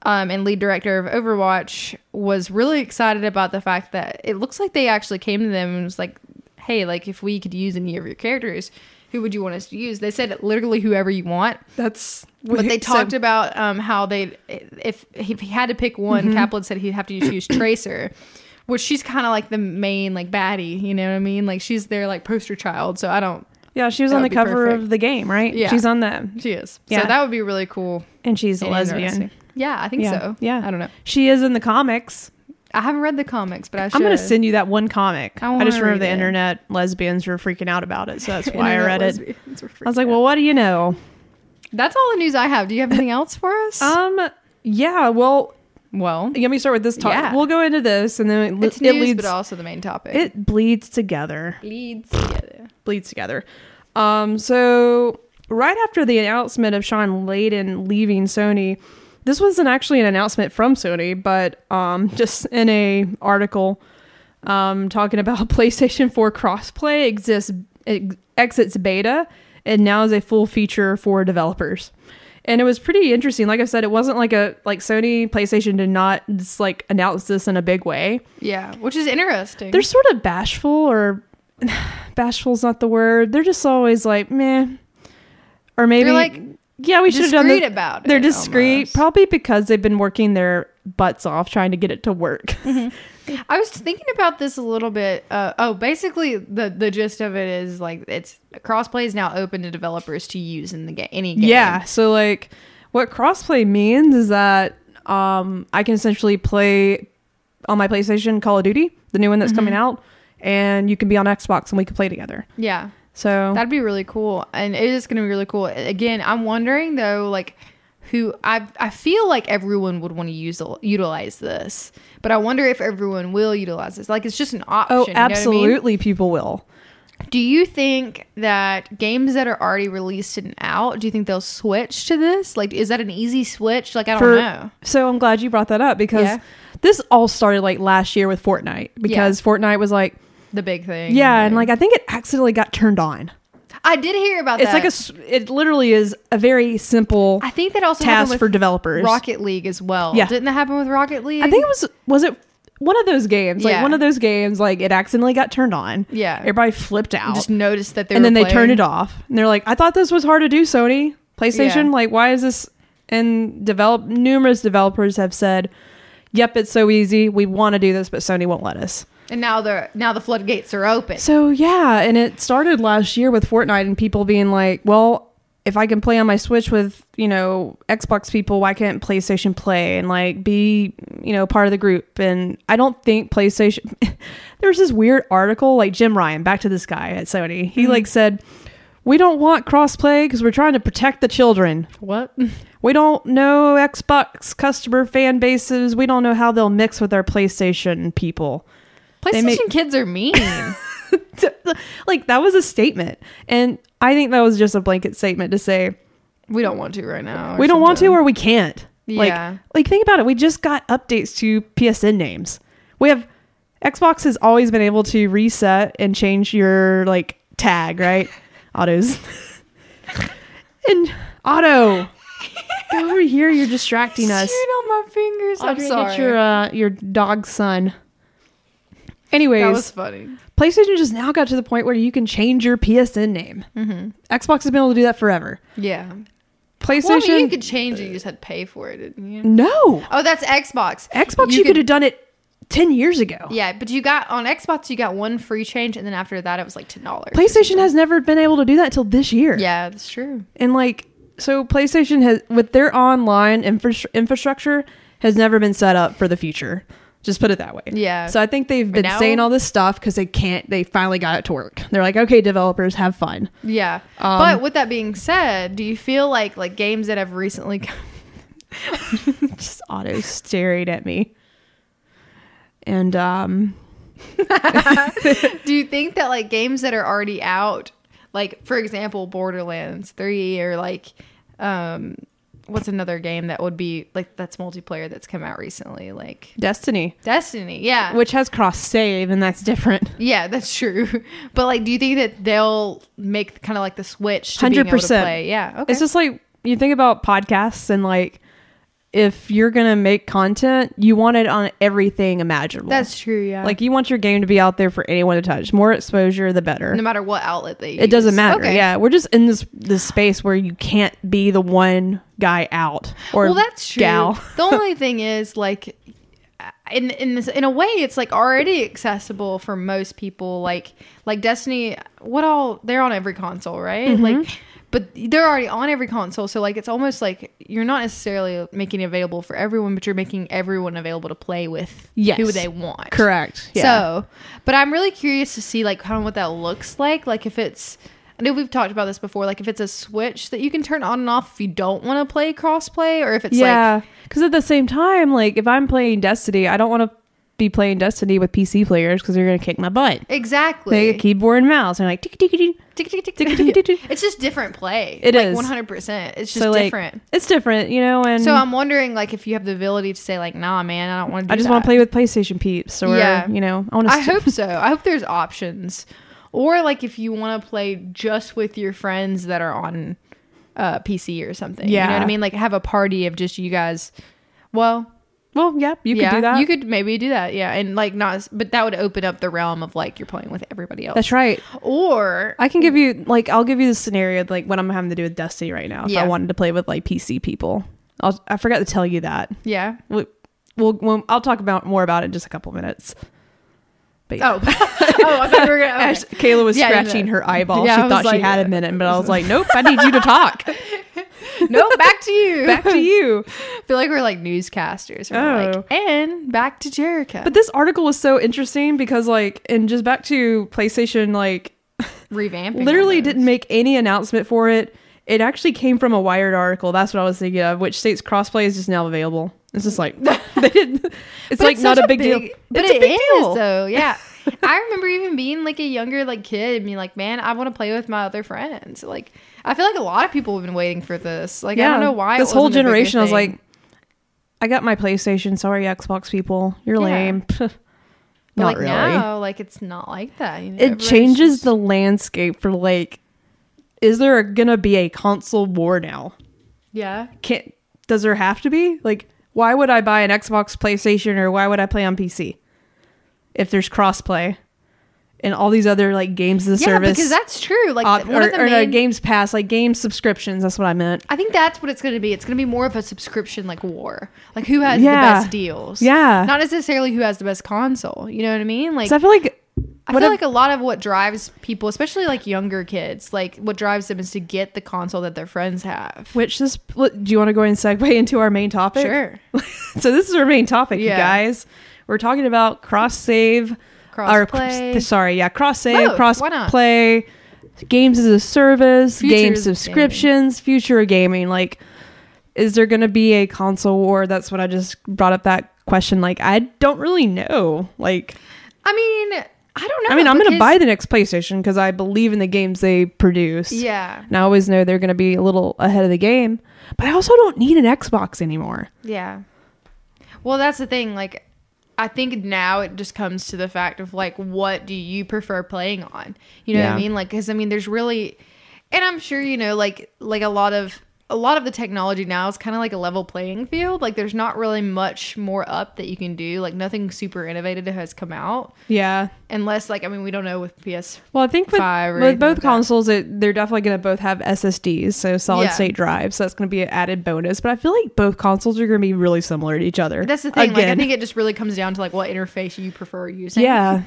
Speaker 1: Um, and lead director of Overwatch was really excited about the fact that it looks like they actually came to them and was like, "Hey, like if we could use any of your characters, who would you want us to use?" They said literally whoever you want,
Speaker 2: That's
Speaker 1: but they
Speaker 2: so-
Speaker 1: talked about um, how they, if, if he had to pick
Speaker 2: Mm-hmm.
Speaker 1: one, Kaplan said he'd have to use Tracer, which she's kind of like the main like baddie. You know what I mean? Like she's their like poster child. So I don't.
Speaker 2: Yeah, she was
Speaker 1: That
Speaker 2: on the
Speaker 1: would be
Speaker 2: cover
Speaker 1: perfect.
Speaker 2: of the game, right?
Speaker 1: Yeah.
Speaker 2: She's on that,
Speaker 1: She is.
Speaker 2: Yeah.
Speaker 1: So that would be really cool.
Speaker 2: and she's a
Speaker 1: and
Speaker 2: lesbian.
Speaker 1: interesting. Yeah, I think
Speaker 2: Yeah,
Speaker 1: so.
Speaker 2: yeah.
Speaker 1: I don't know.
Speaker 2: She is in the comics.
Speaker 1: I haven't read the comics, but I should.
Speaker 2: I'm gonna send you that one comic.
Speaker 1: I
Speaker 2: I,
Speaker 1: wanna
Speaker 2: just remember the
Speaker 1: read it.
Speaker 2: internet lesbians were freaking out about it, so that's why I read it.
Speaker 1: it.
Speaker 2: I was like, well, what do you know?
Speaker 1: that's all the news I have. Do you have anything else for us?
Speaker 2: Um, yeah. Well,
Speaker 1: well,
Speaker 2: let me start with this talk.
Speaker 1: Yeah.
Speaker 2: We'll go into this, and then it, le-
Speaker 1: it's news,
Speaker 2: it leads.
Speaker 1: but also the main topic.
Speaker 2: it bleeds together.
Speaker 1: leads together.
Speaker 2: bleeds together. Um, so right after the announcement of Sean Layden leaving Sony, this wasn't actually an announcement from Sony, but um, just in a article um, talking about PlayStation 4 crossplay exists ex- exits beta and now is a full feature for developers. And it was pretty interesting. Like I said, it wasn't like a like Sony PlayStation did not just like announce this in a big way.
Speaker 1: Yeah, which is interesting.
Speaker 2: They're sort of bashful, or bashful's not the word. They're just always like, meh. Or maybe,
Speaker 1: They're, like,
Speaker 2: yeah, we should have done
Speaker 1: discreet
Speaker 2: this.
Speaker 1: about it.
Speaker 2: They're discreet,
Speaker 1: almost.
Speaker 2: probably because they've been working their butts off trying to get it to work.
Speaker 1: I was thinking about this a little bit. Uh, oh, basically, the the gist of it is like it's crossplay is now open to developers to use in the game. Any game.
Speaker 2: yeah. So, like, what crossplay means is that um, I can essentially play on my PlayStation Call of Duty, the new one that's
Speaker 1: Mm-hmm.
Speaker 2: coming out, and you can be on Xbox and we can play together.
Speaker 1: yeah,
Speaker 2: So,
Speaker 1: that'd be really cool, and it is going to be really cool. Again, I'm wondering though, like who I I feel like everyone would want to use utilize this, but I wonder if everyone will utilize this. Like it's just an option.
Speaker 2: oh,
Speaker 1: you know what I mean?
Speaker 2: absolutely, people will.
Speaker 1: Do you think that games that are already released and out, do you think they'll switch to this? Like, is that an easy switch? Like, I don't
Speaker 2: for-
Speaker 1: know.
Speaker 2: So I'm glad you brought that up because
Speaker 1: Oh, Yeah.
Speaker 2: this all started like last year with Fortnite because Fortnite was like,
Speaker 1: The big thing.
Speaker 2: yeah, and like I think it accidentally got turned on.
Speaker 1: I did hear about
Speaker 2: It's
Speaker 1: that.
Speaker 2: like a, s- it literally is a very simple
Speaker 1: I think that also happened
Speaker 2: task
Speaker 1: with
Speaker 2: for developers.
Speaker 1: Rocket League as well.
Speaker 2: Yeah.
Speaker 1: Didn't that happen with Rocket League?
Speaker 2: I think it was was it one of those games like
Speaker 1: Yeah.
Speaker 2: one of those games like it accidentally got turned on.
Speaker 1: Yeah.
Speaker 2: everybody flipped
Speaker 1: I
Speaker 2: out,
Speaker 1: just noticed that they
Speaker 2: and
Speaker 1: were
Speaker 2: then they
Speaker 1: playing.
Speaker 2: turned it off, and they're like, I thought this was hard to do, Sony PlayStation.
Speaker 1: Yeah.
Speaker 2: Like, why is this? And develop numerous developers have said. Yep, it's so easy. We want to do this, but Sony won't let us.
Speaker 1: And now the now the floodgates are open.
Speaker 2: So yeah, and it started last year with Fortnite and people being like, "Well, if I can play on my Switch with you know Xbox people, why can't PlayStation play and like be you know part of the group?" And I don't think PlayStation. there was this weird article like Jim Ryan, back to this guy at Sony. He like said, "We don't want crossplay because we're trying to protect the children."
Speaker 1: What?
Speaker 2: We don't know Xbox customer fan bases. We don't know how they'll mix with our PlayStation people. They
Speaker 1: PlayStation
Speaker 2: make-
Speaker 1: kids are mean.
Speaker 2: like that was a statement and i think that was just a blanket statement to say
Speaker 1: we don't want to right now. or
Speaker 2: we don't want to
Speaker 1: something.
Speaker 2: or we can't
Speaker 1: Yeah.
Speaker 2: like like think about it we just got updates to psn names we have xbox has always been able to reset and change your like tag right autos and auto go over here you're distracting us
Speaker 1: Chewed on my fingers. I'm
Speaker 2: Audrey,
Speaker 1: sorry.
Speaker 2: get your uh, your dog son anyways
Speaker 1: that was funny.
Speaker 2: PlayStation just now got to the point where you can change your PSN name. Xbox has been able to do that forever.
Speaker 1: Yeah.
Speaker 2: PlayStation,
Speaker 1: Mm-hmm. Well, I mean, you could change it. You just had to pay for it, didn't you?
Speaker 2: no.
Speaker 1: Oh, that's Xbox.
Speaker 2: Xbox, you, could have done it ten years ago.
Speaker 1: Yeah, but you got on Xbox, you got one free change, and then after that, it was like ten dollars.
Speaker 2: PlayStation has never been able to do that till this year.
Speaker 1: Yeah, that's true.
Speaker 2: and like so, PlayStation has with their online infra- infrastructure has never been set up for the future. Just put it that way.
Speaker 1: Yeah.
Speaker 2: So I think they've been
Speaker 1: now-
Speaker 2: saying all this stuff because they can't. They finally got it to work. They're like, okay, developers, have fun.
Speaker 1: Yeah.
Speaker 2: Um,
Speaker 1: but with that being said, do you feel like like games that have recently come
Speaker 2: just auto staring at me. And um
Speaker 1: do you think that like games that are already out, like for example Borderlands 3 or like um what's another game that would be like that's multiplayer that's come out recently like
Speaker 2: Destiny,
Speaker 1: Destiny. Yeah.
Speaker 2: which has cross save and that's different.
Speaker 1: yeah, that's true. But like do you think that they'll make kind of like the switch to being able to
Speaker 2: 100%.
Speaker 1: play? Yeah. Okay.
Speaker 2: It's just like you think about podcasts and like if you're going to make content, you want it on everything imaginable.
Speaker 1: that's true, yeah.
Speaker 2: like you want your game to be out there for anyone to touch. More exposure the better.
Speaker 1: no matter what outlet they use.
Speaker 2: it doesn't matter.
Speaker 1: Okay.
Speaker 2: Yeah, we're just in this this space where you can't be the one guy out or
Speaker 1: well that's true
Speaker 2: gal.
Speaker 1: the only thing is like in in this in a way it's like already accessible for most people like like destiny what all they're on every console right
Speaker 2: Mm-hmm.
Speaker 1: like but they're already on every console so like it's almost like you're not necessarily making it available for everyone but you're making everyone available to play with
Speaker 2: Yes.
Speaker 1: who they want
Speaker 2: Correct. Yeah.
Speaker 1: so, but I'm really curious to see like kind of what that looks like. Like if it's, I know we've talked about this before. Like if it's a switch that you can turn on and off if you don't want to play crossplay, or if it's
Speaker 2: yeah, because at the same time, like if I'm playing Destiny, I don't want to be playing Destiny with PC players because they're gonna kick my butt.
Speaker 1: like exactly.
Speaker 2: They get keyboard and mouse, and like tick tick tick.
Speaker 1: Tick, tick, tick,
Speaker 2: tick, tick, tick,
Speaker 1: tick.
Speaker 2: tick.
Speaker 1: It's just different play.
Speaker 2: It
Speaker 1: like
Speaker 2: is.
Speaker 1: 100%. It's just
Speaker 2: So like
Speaker 1: different.
Speaker 2: it's different, you know. And
Speaker 1: So I'm wondering like if you have the ability to say like, nah, man, I don't want to.
Speaker 2: I just want to play with PlayStation peeps, or
Speaker 1: Yeah.
Speaker 2: you know, I want to.
Speaker 1: I hope so. I hope there's options, or like if you want to play just with your friends that are on uh, PC or something. you know what I
Speaker 2: Yeah.
Speaker 1: mean. Like have a party of just you guys. Well,
Speaker 2: well, yeah, you
Speaker 1: yeah,
Speaker 2: could do that.
Speaker 1: You could maybe do that. Yeah, and like not, s- but that would open up the realm of like you're playing with everybody else.
Speaker 2: That's right.
Speaker 1: Or
Speaker 2: I can give you like I'll give you the scenario of, like what I'm having to do with Destiny right now. If
Speaker 1: Yeah.
Speaker 2: I wanted to play with like PC people, I'll, I forgot to tell you that.
Speaker 1: yeah.
Speaker 2: We, we'll, we'll I'll talk about more about it in just a couple minutes. But yeah.
Speaker 1: Oh, oh, I thought we were gonna. okay.
Speaker 2: Ash- Kayla was
Speaker 1: Yeah, yeah,
Speaker 2: scratching
Speaker 1: yeah.
Speaker 2: her eyeball.
Speaker 1: Yeah, I
Speaker 2: she
Speaker 1: was
Speaker 2: thought she
Speaker 1: like- uh,
Speaker 2: had a minute, but I was like, nope, I need you to talk.
Speaker 1: No, back to you.
Speaker 2: Back to you. Oh.
Speaker 1: I feel like we're like newscasters. We're like, and back to Jericho.
Speaker 2: But this article was so interesting because, like, and just back to PlayStation, like,
Speaker 1: revamping.
Speaker 2: literally
Speaker 1: almost.
Speaker 2: didn't make any announcement for it. It actually came from a Wired article. That's what I was thinking of, which states crossplay is just now available. It's just like, they didn't, it's
Speaker 1: But
Speaker 2: like not
Speaker 1: such
Speaker 2: a big, deal.
Speaker 1: But
Speaker 2: it's
Speaker 1: it
Speaker 2: a big
Speaker 1: is,
Speaker 2: deal.
Speaker 1: though. Yeah. I remember even being like a younger like kid and being like, man, I want to play with my other friends. Like, I feel like a lot of people have been waiting for this. Like, I don't know why it
Speaker 2: This whole
Speaker 1: wasn't a bigger
Speaker 2: generation, I was
Speaker 1: thing.
Speaker 2: like, I got my PlayStation. Sorry, Xbox people. You're
Speaker 1: Yeah.
Speaker 2: lame. not
Speaker 1: But, like
Speaker 2: really.
Speaker 1: now, like it's not like that. You know,
Speaker 2: it
Speaker 1: everybody's
Speaker 2: changes
Speaker 1: just-
Speaker 2: the landscape for like is there gonna be a console war now
Speaker 1: yeah.
Speaker 2: can't does there have to be like why would i buy an xbox playstation or why would i play on pc if there's crossplay and all these other like games as a
Speaker 1: yeah,
Speaker 2: service.
Speaker 1: because that's true. Like
Speaker 2: op-
Speaker 1: one
Speaker 2: or,
Speaker 1: of the
Speaker 2: or
Speaker 1: main,
Speaker 2: no, Games Pass, like game subscriptions. That's what I meant.
Speaker 1: I think that's what it's going to be. It's going to be more of a subscription like war. Like who has
Speaker 2: Yeah.
Speaker 1: the best deals?
Speaker 2: Yeah.
Speaker 1: Not necessarily who has the best console. You know what I mean? Like
Speaker 2: So I feel like
Speaker 1: I
Speaker 2: what
Speaker 1: feel like
Speaker 2: if-
Speaker 1: a lot of what drives people, especially like younger kids, like what drives them is to get the console that their friends have.
Speaker 2: which this. what- Do you want to go and segue into our main topic?
Speaker 1: Sure.
Speaker 2: so this is our main topic,
Speaker 1: Yeah.
Speaker 2: you guys. We're talking about cross save, or
Speaker 1: Crossplay.
Speaker 2: sorry, yeah, cross save,
Speaker 1: Both,
Speaker 2: cross
Speaker 1: why not?
Speaker 2: play, games as a service, game
Speaker 1: Futures
Speaker 2: subscriptions, future gaming. Like, is there going to be a console war? That's what I just brought up that question. Like, I don't really know. Like,
Speaker 1: I mean, I don't know.
Speaker 2: I mean, I'm going to
Speaker 1: because-
Speaker 2: buy the next PlayStation because I believe in the games they produce.
Speaker 1: Yeah.
Speaker 2: And I always know they're going to be a little ahead of the game, but I also don't need an Xbox anymore.
Speaker 1: Yeah. Well, that's the thing. Like, I think now it just comes to the fact of like, what do you prefer playing on? You know what
Speaker 2: Yeah.
Speaker 1: I mean? Like, because I mean, there's really, and I'm sure you know, like, like a lot of a lot of the technology now is kind of like a level playing field. Like, there's not really much more up that you can do. Like, nothing super innovative has come out
Speaker 2: Yeah.
Speaker 1: unless, like, I mean, we don't know with PS.
Speaker 2: Well, I think with,
Speaker 1: Five or
Speaker 2: with
Speaker 1: anything
Speaker 2: both
Speaker 1: like that.
Speaker 2: consoles, it, they're definitely going to both have SSDs, so solid
Speaker 1: Yeah.
Speaker 2: state drives. So that's going to be an added bonus. But I feel like both consoles are going to be really similar to each other.
Speaker 1: That's the thing. Like, I
Speaker 2: Again.
Speaker 1: think it just really comes down to like what interface you prefer using.
Speaker 2: yeah,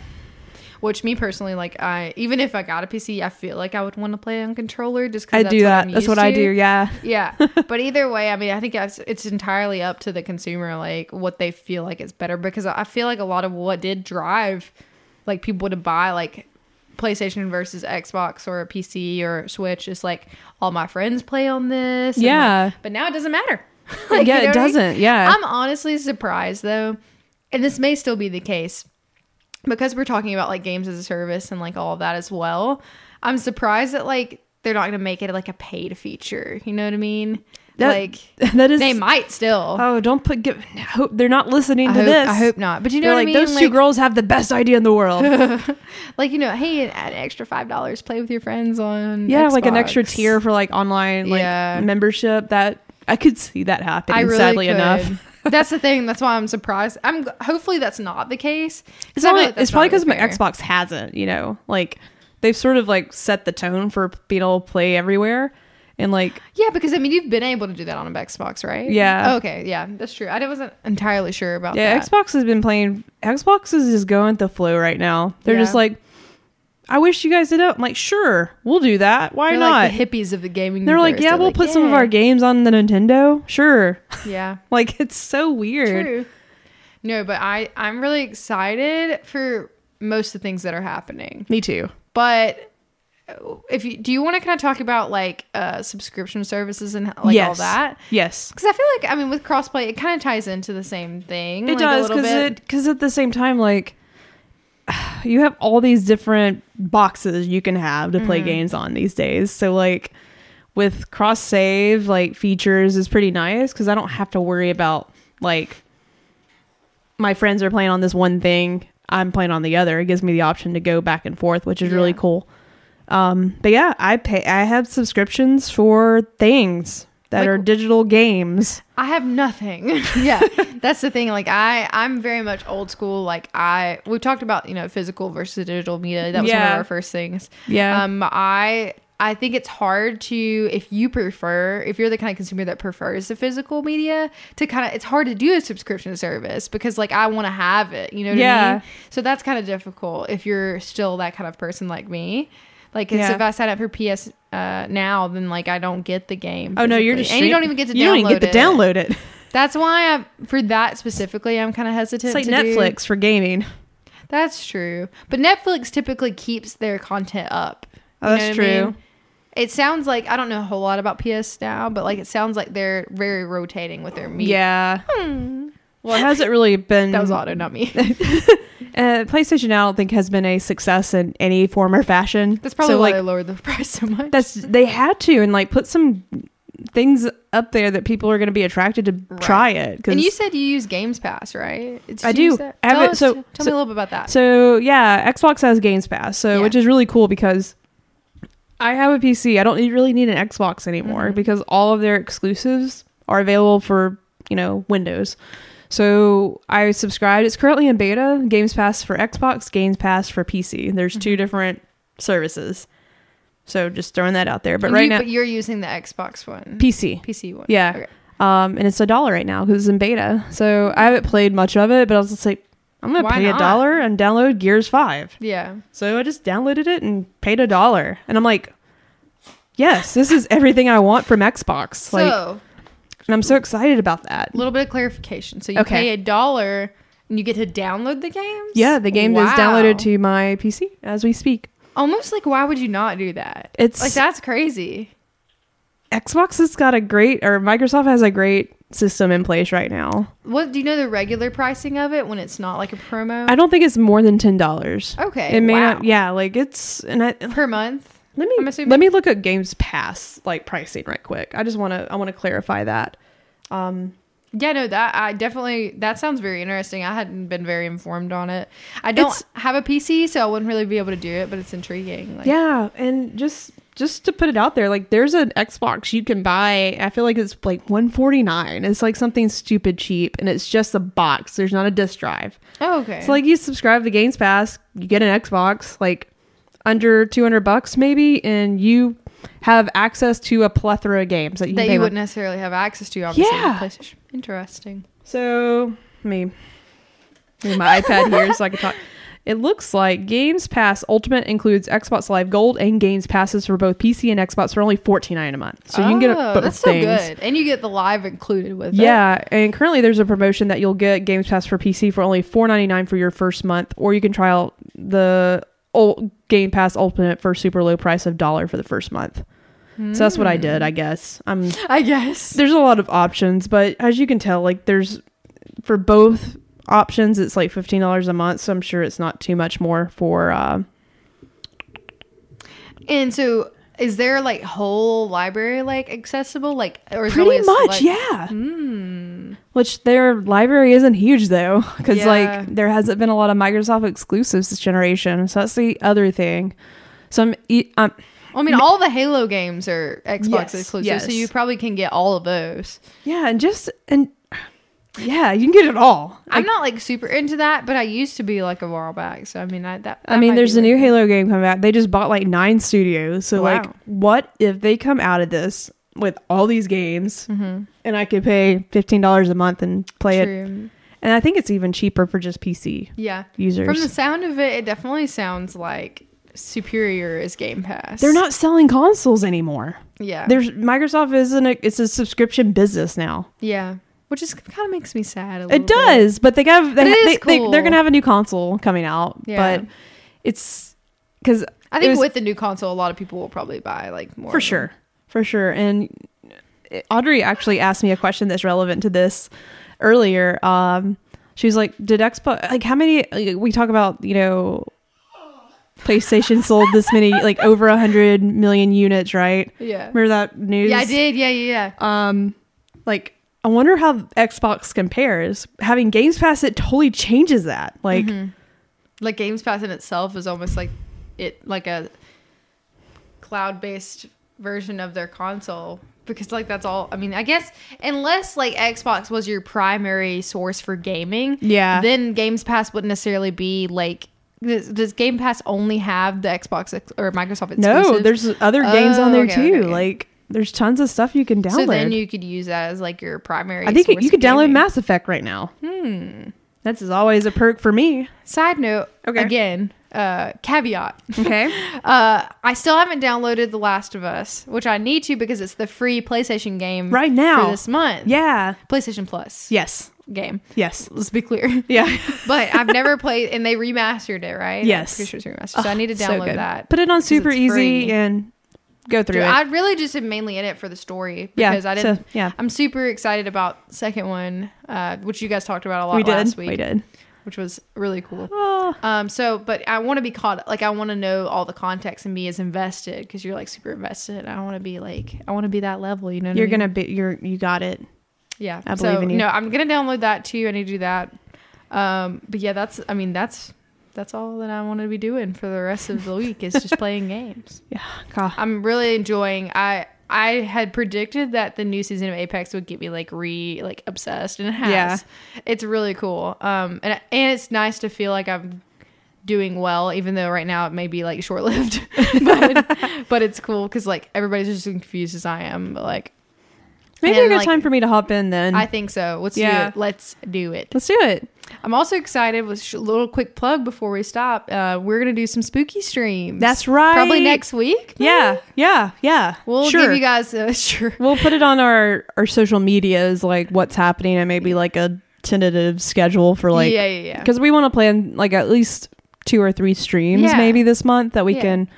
Speaker 1: Which me personally, like I even if I got a PC, I feel like I would want to play on controller just
Speaker 2: I
Speaker 1: because
Speaker 2: do that.
Speaker 1: I'm
Speaker 2: That's
Speaker 1: used
Speaker 2: what I
Speaker 1: to.
Speaker 2: do. Yeah.
Speaker 1: Yeah, but either way, I mean, I think it's, it's entirely up to the consumer, like what they feel like is better. Because I feel like a lot of what did drive, like people to buy like PlayStation versus Xbox or a PC or Switch is like all my friends play on this. and, like,
Speaker 2: Yeah.
Speaker 1: but now it doesn't matter.
Speaker 2: Yeah,
Speaker 1: you what
Speaker 2: it
Speaker 1: I mean?
Speaker 2: doesn't. Yeah.
Speaker 1: I'm honestly surprised though, and this may still be the case because we're talking about like games as a service and like all of that as well. I'm surprised that like they're not gonna make it like a paid feature. You know what I mean?
Speaker 2: That-
Speaker 1: like
Speaker 2: that is.
Speaker 1: they might still.
Speaker 2: Oh, don't put. Give, I hope they're not listening
Speaker 1: I
Speaker 2: to
Speaker 1: hope,
Speaker 2: this.
Speaker 1: I hope not. But you know
Speaker 2: they're
Speaker 1: what
Speaker 2: like
Speaker 1: I mean?
Speaker 2: those
Speaker 1: like,
Speaker 2: two girls have the best idea in the world.
Speaker 1: like, you know, hey, add an extra five dollars, play with your friends on
Speaker 2: yeah, like an
Speaker 1: Xbox.
Speaker 2: extra tier for like online like
Speaker 1: Yeah.
Speaker 2: membership. That I could see that happening.
Speaker 1: I really
Speaker 2: sadly
Speaker 1: could.
Speaker 2: enough,
Speaker 1: that's the thing. That's why I'm surprised. I'm hopefully that's not the case. 'Cause
Speaker 2: It's,
Speaker 1: I feel
Speaker 2: probably,
Speaker 1: like that's
Speaker 2: it's probably
Speaker 1: not
Speaker 2: because my
Speaker 1: really fair.
Speaker 2: Xbox hasn't, you know, like they've sort of like set the tone for being able to play everywhere. And like,
Speaker 1: Yeah, because I mean, you've been able to do that on a Xbox, right? Oh,
Speaker 2: Yeah.
Speaker 1: okay. Yeah, that's true. I wasn't entirely sure about
Speaker 2: yeah,
Speaker 1: that.
Speaker 2: Xbox has been playing, Xbox is just going with the flow right now. They're just
Speaker 1: Yeah.
Speaker 2: like, I wish you guys did it. I'm like, sure, we'll do that. Why
Speaker 1: They're
Speaker 2: not?
Speaker 1: like the hippies of the gaming.
Speaker 2: They're like,
Speaker 1: universe.
Speaker 2: yeah, we'll put some of our games on the Nintendo. Sure.
Speaker 1: Yeah.
Speaker 2: like, it's so weird.
Speaker 1: True. No, but I I'm really excited for most of the things that are happening.
Speaker 2: Me too.
Speaker 1: But if you do, you want to kind of talk about like uh subscription services and like all that.
Speaker 2: Yes.
Speaker 1: Because I feel like I mean with crossplay, it kind of ties into the same thing.
Speaker 2: It
Speaker 1: like, a
Speaker 2: does
Speaker 1: little
Speaker 2: 'cause does
Speaker 1: bit.
Speaker 2: because because at the same time, like you have all these different boxes you can have to
Speaker 1: Mm-hmm.
Speaker 2: play games on these days. So like with cross save like features is pretty nice because I don't have to worry about like my friends are playing on this one thing, I'm playing on the other. It gives me the option to go back and forth, which is really
Speaker 1: Yeah.
Speaker 2: cool. Um, but yeah, I pay. I have subscriptions for things that
Speaker 1: Like-
Speaker 2: are digital games.
Speaker 1: I have nothing. yeah, that's the thing. Like I, I'm very much old school. Like I, we talked about you know physical versus digital media. That was one
Speaker 2: Yeah.
Speaker 1: of our first things.
Speaker 2: Yeah.
Speaker 1: Um, I, I think it's hard to if you prefer if you're the kind of consumer that prefers the physical media to kind of it's hard to do a subscription service because like I want to have it. You know what I
Speaker 2: Yeah.
Speaker 1: mean? So that's kind of difficult if you're still that kind of person like me. Like 'cause
Speaker 2: Yeah.
Speaker 1: if I sign up for PS uh, now, then like I don't get the game.
Speaker 2: Oh no, you're
Speaker 1: physically.
Speaker 2: just
Speaker 1: and you don't
Speaker 2: stream-
Speaker 1: even get to
Speaker 2: you
Speaker 1: download
Speaker 2: don't even get
Speaker 1: it.
Speaker 2: to download it.
Speaker 1: That's why I'm for that specifically. I'm kind of hesitant.
Speaker 2: It's like
Speaker 1: to do-
Speaker 2: Netflix for gaming.
Speaker 1: That's true, but Netflix typically keeps their content up.
Speaker 2: Oh,
Speaker 1: You
Speaker 2: that's
Speaker 1: know what I
Speaker 2: true.
Speaker 1: mean? It sounds like I don't know a whole lot about PS now, but like it sounds like they're very rotating with their media. Hmm.
Speaker 2: Yeah. Well, it hasn't really been.
Speaker 1: That was auto, not me.
Speaker 2: Uh, PlayStation now, I don't think has been a success in any form or fashion.
Speaker 1: That's probably
Speaker 2: so,
Speaker 1: why
Speaker 2: like
Speaker 1: they lowered the price so much.
Speaker 2: that's they had to and like put some things up there that people are going to be attracted to
Speaker 1: Right.
Speaker 2: try it. 'cause-
Speaker 1: And you said you use Games Pass, right? Did
Speaker 2: I
Speaker 1: you use
Speaker 2: do.
Speaker 1: that?
Speaker 2: I have
Speaker 1: Tell,
Speaker 2: it-
Speaker 1: us,
Speaker 2: so-
Speaker 1: tell
Speaker 2: so-
Speaker 1: me a little bit about that.
Speaker 2: So yeah, Xbox has Games Pass, so
Speaker 1: Yeah.
Speaker 2: which is really cool because I have a
Speaker 1: Mm-hmm.
Speaker 2: PC. I don't need, really need an Xbox anymore because all of their exclusives are available for you know, Windows. So I subscribed. It's currently in beta. Games Pass for Xbox, Games Pass for PC. There's
Speaker 1: Mm-hmm.
Speaker 2: two different services. So just throwing that out there. But
Speaker 1: You-
Speaker 2: right now,
Speaker 1: but you're using the Xbox one,
Speaker 2: PC.
Speaker 1: PC one.
Speaker 2: Yeah.
Speaker 1: Okay.
Speaker 2: Um, and it's a dollar right now because it's in beta. So I haven't played much of it, but I was just like, I'm gonna
Speaker 1: Why
Speaker 2: pay
Speaker 1: not?
Speaker 2: a dollar and download Gears Five.
Speaker 1: Yeah.
Speaker 2: So I just downloaded it and paid a dollar, and I'm like, yes, this is everything I want from Xbox. Like,
Speaker 1: so
Speaker 2: and I'm so excited about that.
Speaker 1: a little bit of clarification. So you
Speaker 2: Okay.
Speaker 1: pay a dollar and you get to download the games.
Speaker 2: Yeah, the game is
Speaker 1: Wow.
Speaker 2: downloaded to my PC as we speak.
Speaker 1: Almost like why would you not do that?
Speaker 2: It's
Speaker 1: Like that's crazy.
Speaker 2: Xbox has got a great, or Microsoft has a great system in place right now.
Speaker 1: What do you know the regular pricing of it when it's not like a promo?
Speaker 2: I don't think it's more than ten dollars.
Speaker 1: okay.
Speaker 2: It may
Speaker 1: wow.
Speaker 2: not. Yeah, like it's and I
Speaker 1: Per month.
Speaker 2: Let me
Speaker 1: I'm assuming-
Speaker 2: let me look at Games Pass like pricing right quick. I just want to I want to clarify that. Um,
Speaker 1: Yeah, no, that I definitely that sounds very interesting. I hadn't been very informed on it. I don't
Speaker 2: It's-
Speaker 1: have a PC, so I wouldn't really be able to do it, but it's intriguing. Like,
Speaker 2: yeah, and just just to put it out there, like there's an Xbox you can buy. I feel like it's like 149. It's like something stupid cheap, and it's just a box. There's not a disc drive.
Speaker 1: Oh, okay.
Speaker 2: So like you subscribe to Games Pass, you get an Xbox like under 200 bucks maybe, and you have access to a plethora of games that you,
Speaker 1: that
Speaker 2: can
Speaker 1: you
Speaker 2: pay
Speaker 1: wouldn't necessarily have access to obviously on
Speaker 2: Yeah.
Speaker 1: PlayStation. Interesting.
Speaker 2: So let me move my iPad here so I can talk. It looks like Games Pass Ultimate includes Xbox Live Gold and Games Passes for both PC and Xbox for only fourteen nine a month. So you can get
Speaker 1: Oh,
Speaker 2: both
Speaker 1: that's
Speaker 2: things.
Speaker 1: so good, and you get the live included with it.
Speaker 2: Yeah, and currently there's a promotion that you'll get Games Pass for PC for only four ninety nine for your first month, or you can try out the old Game Pass Ultimate for super low price of dollar for the first month. So that's what I did,
Speaker 1: Hmm.
Speaker 2: I guess. I'm
Speaker 1: I guess.
Speaker 2: there's a lot of options, but as you can tell, like there's for both options, it's like fifteen dollars a month. So I'm sure it's not too much more for. Uh,
Speaker 1: And so, is there like whole library like accessible like or is it only
Speaker 2: pretty
Speaker 1: a
Speaker 2: much,
Speaker 1: select-
Speaker 2: yeah.
Speaker 1: Hmm.
Speaker 2: Which their library isn't huge though, because
Speaker 1: Yeah.
Speaker 2: like there hasn't been a lot of Microsoft exclusives this generation. So that's the other thing. So I'm, e- I'm
Speaker 1: Well, I mean, all the Halo games are Xbox
Speaker 2: Yes,
Speaker 1: exclusive, so
Speaker 2: yes.
Speaker 1: you probably can get all of those.
Speaker 2: yeah, and just and yeah, you can get it all.
Speaker 1: I'm not like super into that, but I used to be like a while back. So I mean, I, that,
Speaker 2: I
Speaker 1: that
Speaker 2: mean,
Speaker 1: might
Speaker 2: there's
Speaker 1: be
Speaker 2: a new
Speaker 1: worth it.
Speaker 2: Halo game coming out. They just bought like nine studios. So,
Speaker 1: Wow.
Speaker 2: like, what if they come out of this with all these games
Speaker 1: Mm-hmm.
Speaker 2: and I could pay $15 a month and play it?
Speaker 1: True.
Speaker 2: And I think it's even cheaper for just PC
Speaker 1: Yeah,
Speaker 2: users.
Speaker 1: from the sound of it, it definitely sounds like superior is Game Pass.
Speaker 2: They're not selling consoles anymore.
Speaker 1: Yeah.
Speaker 2: There's Microsoft isn't a, it's a subscription business now.
Speaker 1: yeah. Which is kind of makes me sad. A little
Speaker 2: It does, but they have they,
Speaker 1: But it
Speaker 2: they,
Speaker 1: is
Speaker 2: they
Speaker 1: cool.
Speaker 2: they're gonna have a new console coming out.
Speaker 1: Yeah.
Speaker 2: But it's because
Speaker 1: Bit. I
Speaker 2: It
Speaker 1: think
Speaker 2: was-
Speaker 1: with the new console, a lot of people will probably buy like more
Speaker 2: for
Speaker 1: of them.
Speaker 2: sure for sure and eh, audrey actually asked me a question that's relevant to this earlier um she was like did expo like how many like, we talk about you know playstation sold this many like over 100 million units right
Speaker 1: Yeah.
Speaker 2: remember that news
Speaker 1: Yeah, I did. Yeah, yeah, yeah.
Speaker 2: um like i wonder how xbox compares having games pass it totally changes that like
Speaker 1: Mm-hmm. like games pass in itself is almost like it like a cloud-based version of their console because like that's all i mean i guess unless like xbox was your primary source for gaming
Speaker 2: Yeah.
Speaker 1: then games pass wouldn't necessarily be like does, does game pass only have the xbox ex- or microsoft exclusives?
Speaker 2: no there's other games
Speaker 1: Oh,
Speaker 2: on there
Speaker 1: okay,
Speaker 2: too
Speaker 1: okay, okay.
Speaker 2: like there's tons of stuff you can download
Speaker 1: so then you could use that as like your primary
Speaker 2: I think
Speaker 1: source
Speaker 2: you
Speaker 1: of
Speaker 2: could download
Speaker 1: gaming.
Speaker 2: Mass Effect right now. Hmm. That's is always a perk for me.
Speaker 1: side note
Speaker 2: Okay.
Speaker 1: again uh caveat
Speaker 2: Okay.
Speaker 1: Uh, I still haven't downloaded The Last of Us, which I need to because it's the free PlayStation game
Speaker 2: Right now.
Speaker 1: for this month.
Speaker 2: yeah.
Speaker 1: PlayStation Plus
Speaker 2: Yes.
Speaker 1: game.
Speaker 2: Yes.
Speaker 1: Let's be clear.
Speaker 2: Yeah.
Speaker 1: but I've never played, and they remastered it, right?
Speaker 2: Yes.
Speaker 1: I'm pretty sure it's remastered. So I need to download that.
Speaker 2: Put it on super
Speaker 1: it's
Speaker 2: easy
Speaker 1: free.
Speaker 2: and go through
Speaker 1: Dude,
Speaker 2: it.
Speaker 1: I really just am mainly in it for the story
Speaker 2: Yeah,
Speaker 1: because I didn't.
Speaker 2: so, yeah.
Speaker 1: I'm super excited about second one, uh, which you guys talked about a lot
Speaker 2: we did.
Speaker 1: last week,
Speaker 2: We did.
Speaker 1: which was really cool.
Speaker 2: Oh,
Speaker 1: Um, so, but I want to be caught. Like, I want to know all the context and be as invested because you're like super invested. I want to be like, I want to be that level. You know, what I
Speaker 2: you're
Speaker 1: mean?
Speaker 2: gonna be. You're you got it.
Speaker 1: yeah.
Speaker 2: I believe
Speaker 1: so,
Speaker 2: in you.
Speaker 1: No, I'm gonna download that too. I need to do that. Um, but yeah, that's. I mean, that's that's all that I want to be doing for the rest of the week is just playing games.
Speaker 2: Yeah. God.
Speaker 1: I'm really enjoying. I I had predicted that the new season of Apex would get me like re like obsessed, and it has.
Speaker 2: Yeah.
Speaker 1: It's really cool. Um, and and it's nice to feel like I'm doing well, even though right now it may be like short lived, but but it's cool because like everybody's just as confused as I am. But like
Speaker 2: Maybe
Speaker 1: And,
Speaker 2: a good
Speaker 1: like,
Speaker 2: time for me to hop in then.
Speaker 1: I think so. Let's do
Speaker 2: Yeah.
Speaker 1: it. Let's do it.
Speaker 2: Let's do it.
Speaker 1: I'm also excited with sh- little quick plug before we stop. Uh, we're gonna do some spooky streams.
Speaker 2: That's right.
Speaker 1: Probably next week.
Speaker 2: Yeah, yeah, yeah.
Speaker 1: We'll
Speaker 2: sure.
Speaker 1: give you guys a sure.
Speaker 2: We'll put it on our our social medias, like what's happening, and maybe like a tentative schedule for like
Speaker 1: yeah, yeah, yeah.
Speaker 2: because we want to plan like at least two or three streams
Speaker 1: Yeah.
Speaker 2: maybe this month that we
Speaker 1: Yeah.
Speaker 2: can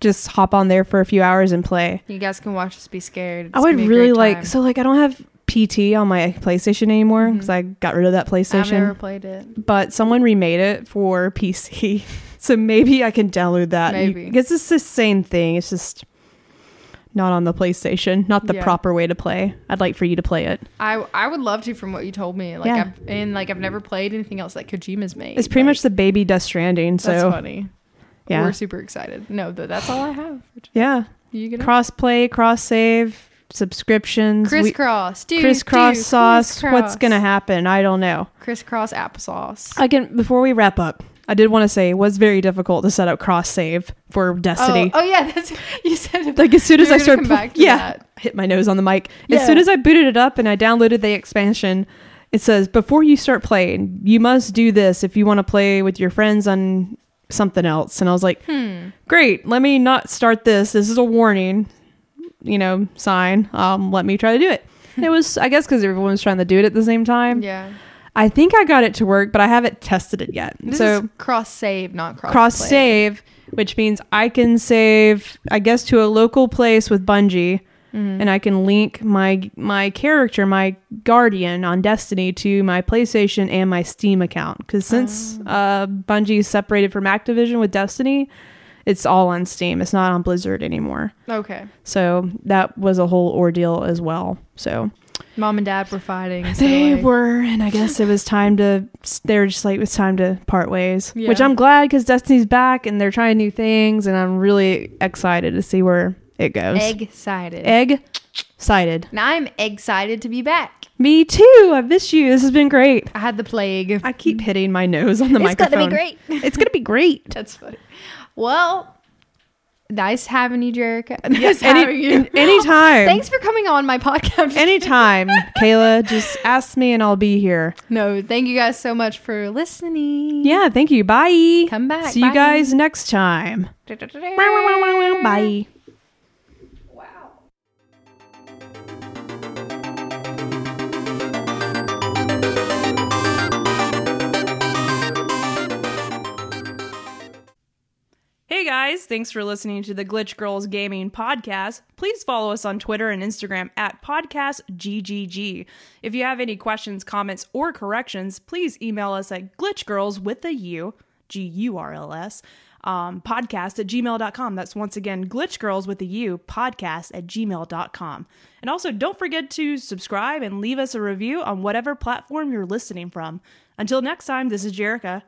Speaker 2: just hop on there for a few hours and play.
Speaker 1: You guys can watch us be scared. It's
Speaker 2: I
Speaker 1: gonna
Speaker 2: would
Speaker 1: be a
Speaker 2: really
Speaker 1: great
Speaker 2: like
Speaker 1: time.
Speaker 2: so like I don't have PT on my PlayStation anymore because I got rid of that
Speaker 1: I've
Speaker 2: PlayStation,
Speaker 1: never played it.
Speaker 2: but someone remade it for PC, so maybe I can download that.
Speaker 1: Maybe.
Speaker 2: because it's the same thing. It's just not on the PlayStation, not the
Speaker 1: Yeah.
Speaker 2: proper way to play. I'd like for you to play it.
Speaker 1: I I would love to from what you told me. Like
Speaker 2: Yeah.
Speaker 1: I've, and like I've never played anything else that Kojima's made.
Speaker 2: It's pretty
Speaker 1: Like,
Speaker 2: much the baby Death Stranding.
Speaker 1: that's
Speaker 2: So
Speaker 1: funny.
Speaker 2: yeah,
Speaker 1: We're super excited. No, th- that's all I have.
Speaker 2: yeah.
Speaker 1: You gonna
Speaker 2: Cross play, cross save, subscriptions, we-
Speaker 1: crisscross, dude,
Speaker 2: crisscross
Speaker 1: dude,
Speaker 2: sauce. What's
Speaker 1: crisscross.
Speaker 2: gonna happen? I don't know.
Speaker 1: crisscross applesauce?
Speaker 2: I can before we wrap up. I did want to say it was very difficult to set up cross save for Destiny.
Speaker 1: Oh, oh yeah, that's you said. it-
Speaker 2: Uh, Like as soon as
Speaker 1: you're
Speaker 2: I
Speaker 1: gonna
Speaker 2: started,
Speaker 1: come
Speaker 2: pl-
Speaker 1: back to
Speaker 2: yeah,
Speaker 1: that.
Speaker 2: hit my nose on the mic.
Speaker 1: Yeah.
Speaker 2: As soon as I booted it up and I downloaded the expansion, it says before you start playing, you must do this if you want to play with your friends on something else. And I was like,
Speaker 1: Hmm.
Speaker 2: great let me not start this this is a warning you know sign um let me try to do it And it was i guess because everyone was trying to do it at the same time
Speaker 1: Yeah.
Speaker 2: i think i got it to work but i haven't tested it yet
Speaker 1: This
Speaker 2: so
Speaker 1: is cross save, not cross
Speaker 2: cross
Speaker 1: play.
Speaker 2: save which means i can save i guess to a local place with bungie
Speaker 1: Mhm.
Speaker 2: and i can link my my character my guardian on destiny to my playstation and my steam account because since uh bungie is separated from activision with destiny it's all on steam it's not on blizzard anymore
Speaker 1: Okay.
Speaker 2: so that was a whole ordeal as well so
Speaker 1: Mom and dad were fighting. so,
Speaker 2: they
Speaker 1: like-
Speaker 2: were, and I guess it was time to. They were just like it's time to part ways, which
Speaker 1: Yeah.
Speaker 2: I'm glad because Destiny's back and they're trying new things, and I'm really excited to see where it goes.
Speaker 1: egg-sided.
Speaker 2: egg, cited.
Speaker 1: And I'm excited to be back.
Speaker 2: Me too. I miss you. This has been great.
Speaker 1: I had the plague.
Speaker 2: I keep hitting my nose on the
Speaker 1: It's
Speaker 2: microphone.
Speaker 1: gonna be great.
Speaker 2: It's gonna be great.
Speaker 1: That's funny. Well, nice having you, Jerica. Nice having
Speaker 2: Any,
Speaker 1: you.
Speaker 2: an- anytime.
Speaker 1: Thanks for coming on my podcast.
Speaker 2: Anytime, Kayla. Just ask me, and I'll be here.
Speaker 1: no, thank you guys so much for listening.
Speaker 2: Yeah. Thank you. Bye.
Speaker 1: Come back.
Speaker 2: See you guys next time. Bye.
Speaker 1: Wow.
Speaker 2: Hey guys, thanks for listening to the Glitch Girls Gaming Podcast. Please follow us on Twitter and Instagram at PodcastGGG. If you have any questions, comments, or corrections, please email us at glitchgirls with a U, G U R L S, um, podcast at gmail.com. That's once again glitchgirls with a U, podcast at gmail.com. And also don't forget to subscribe and leave us a review on whatever platform you're listening from. Until next time, this is Jerica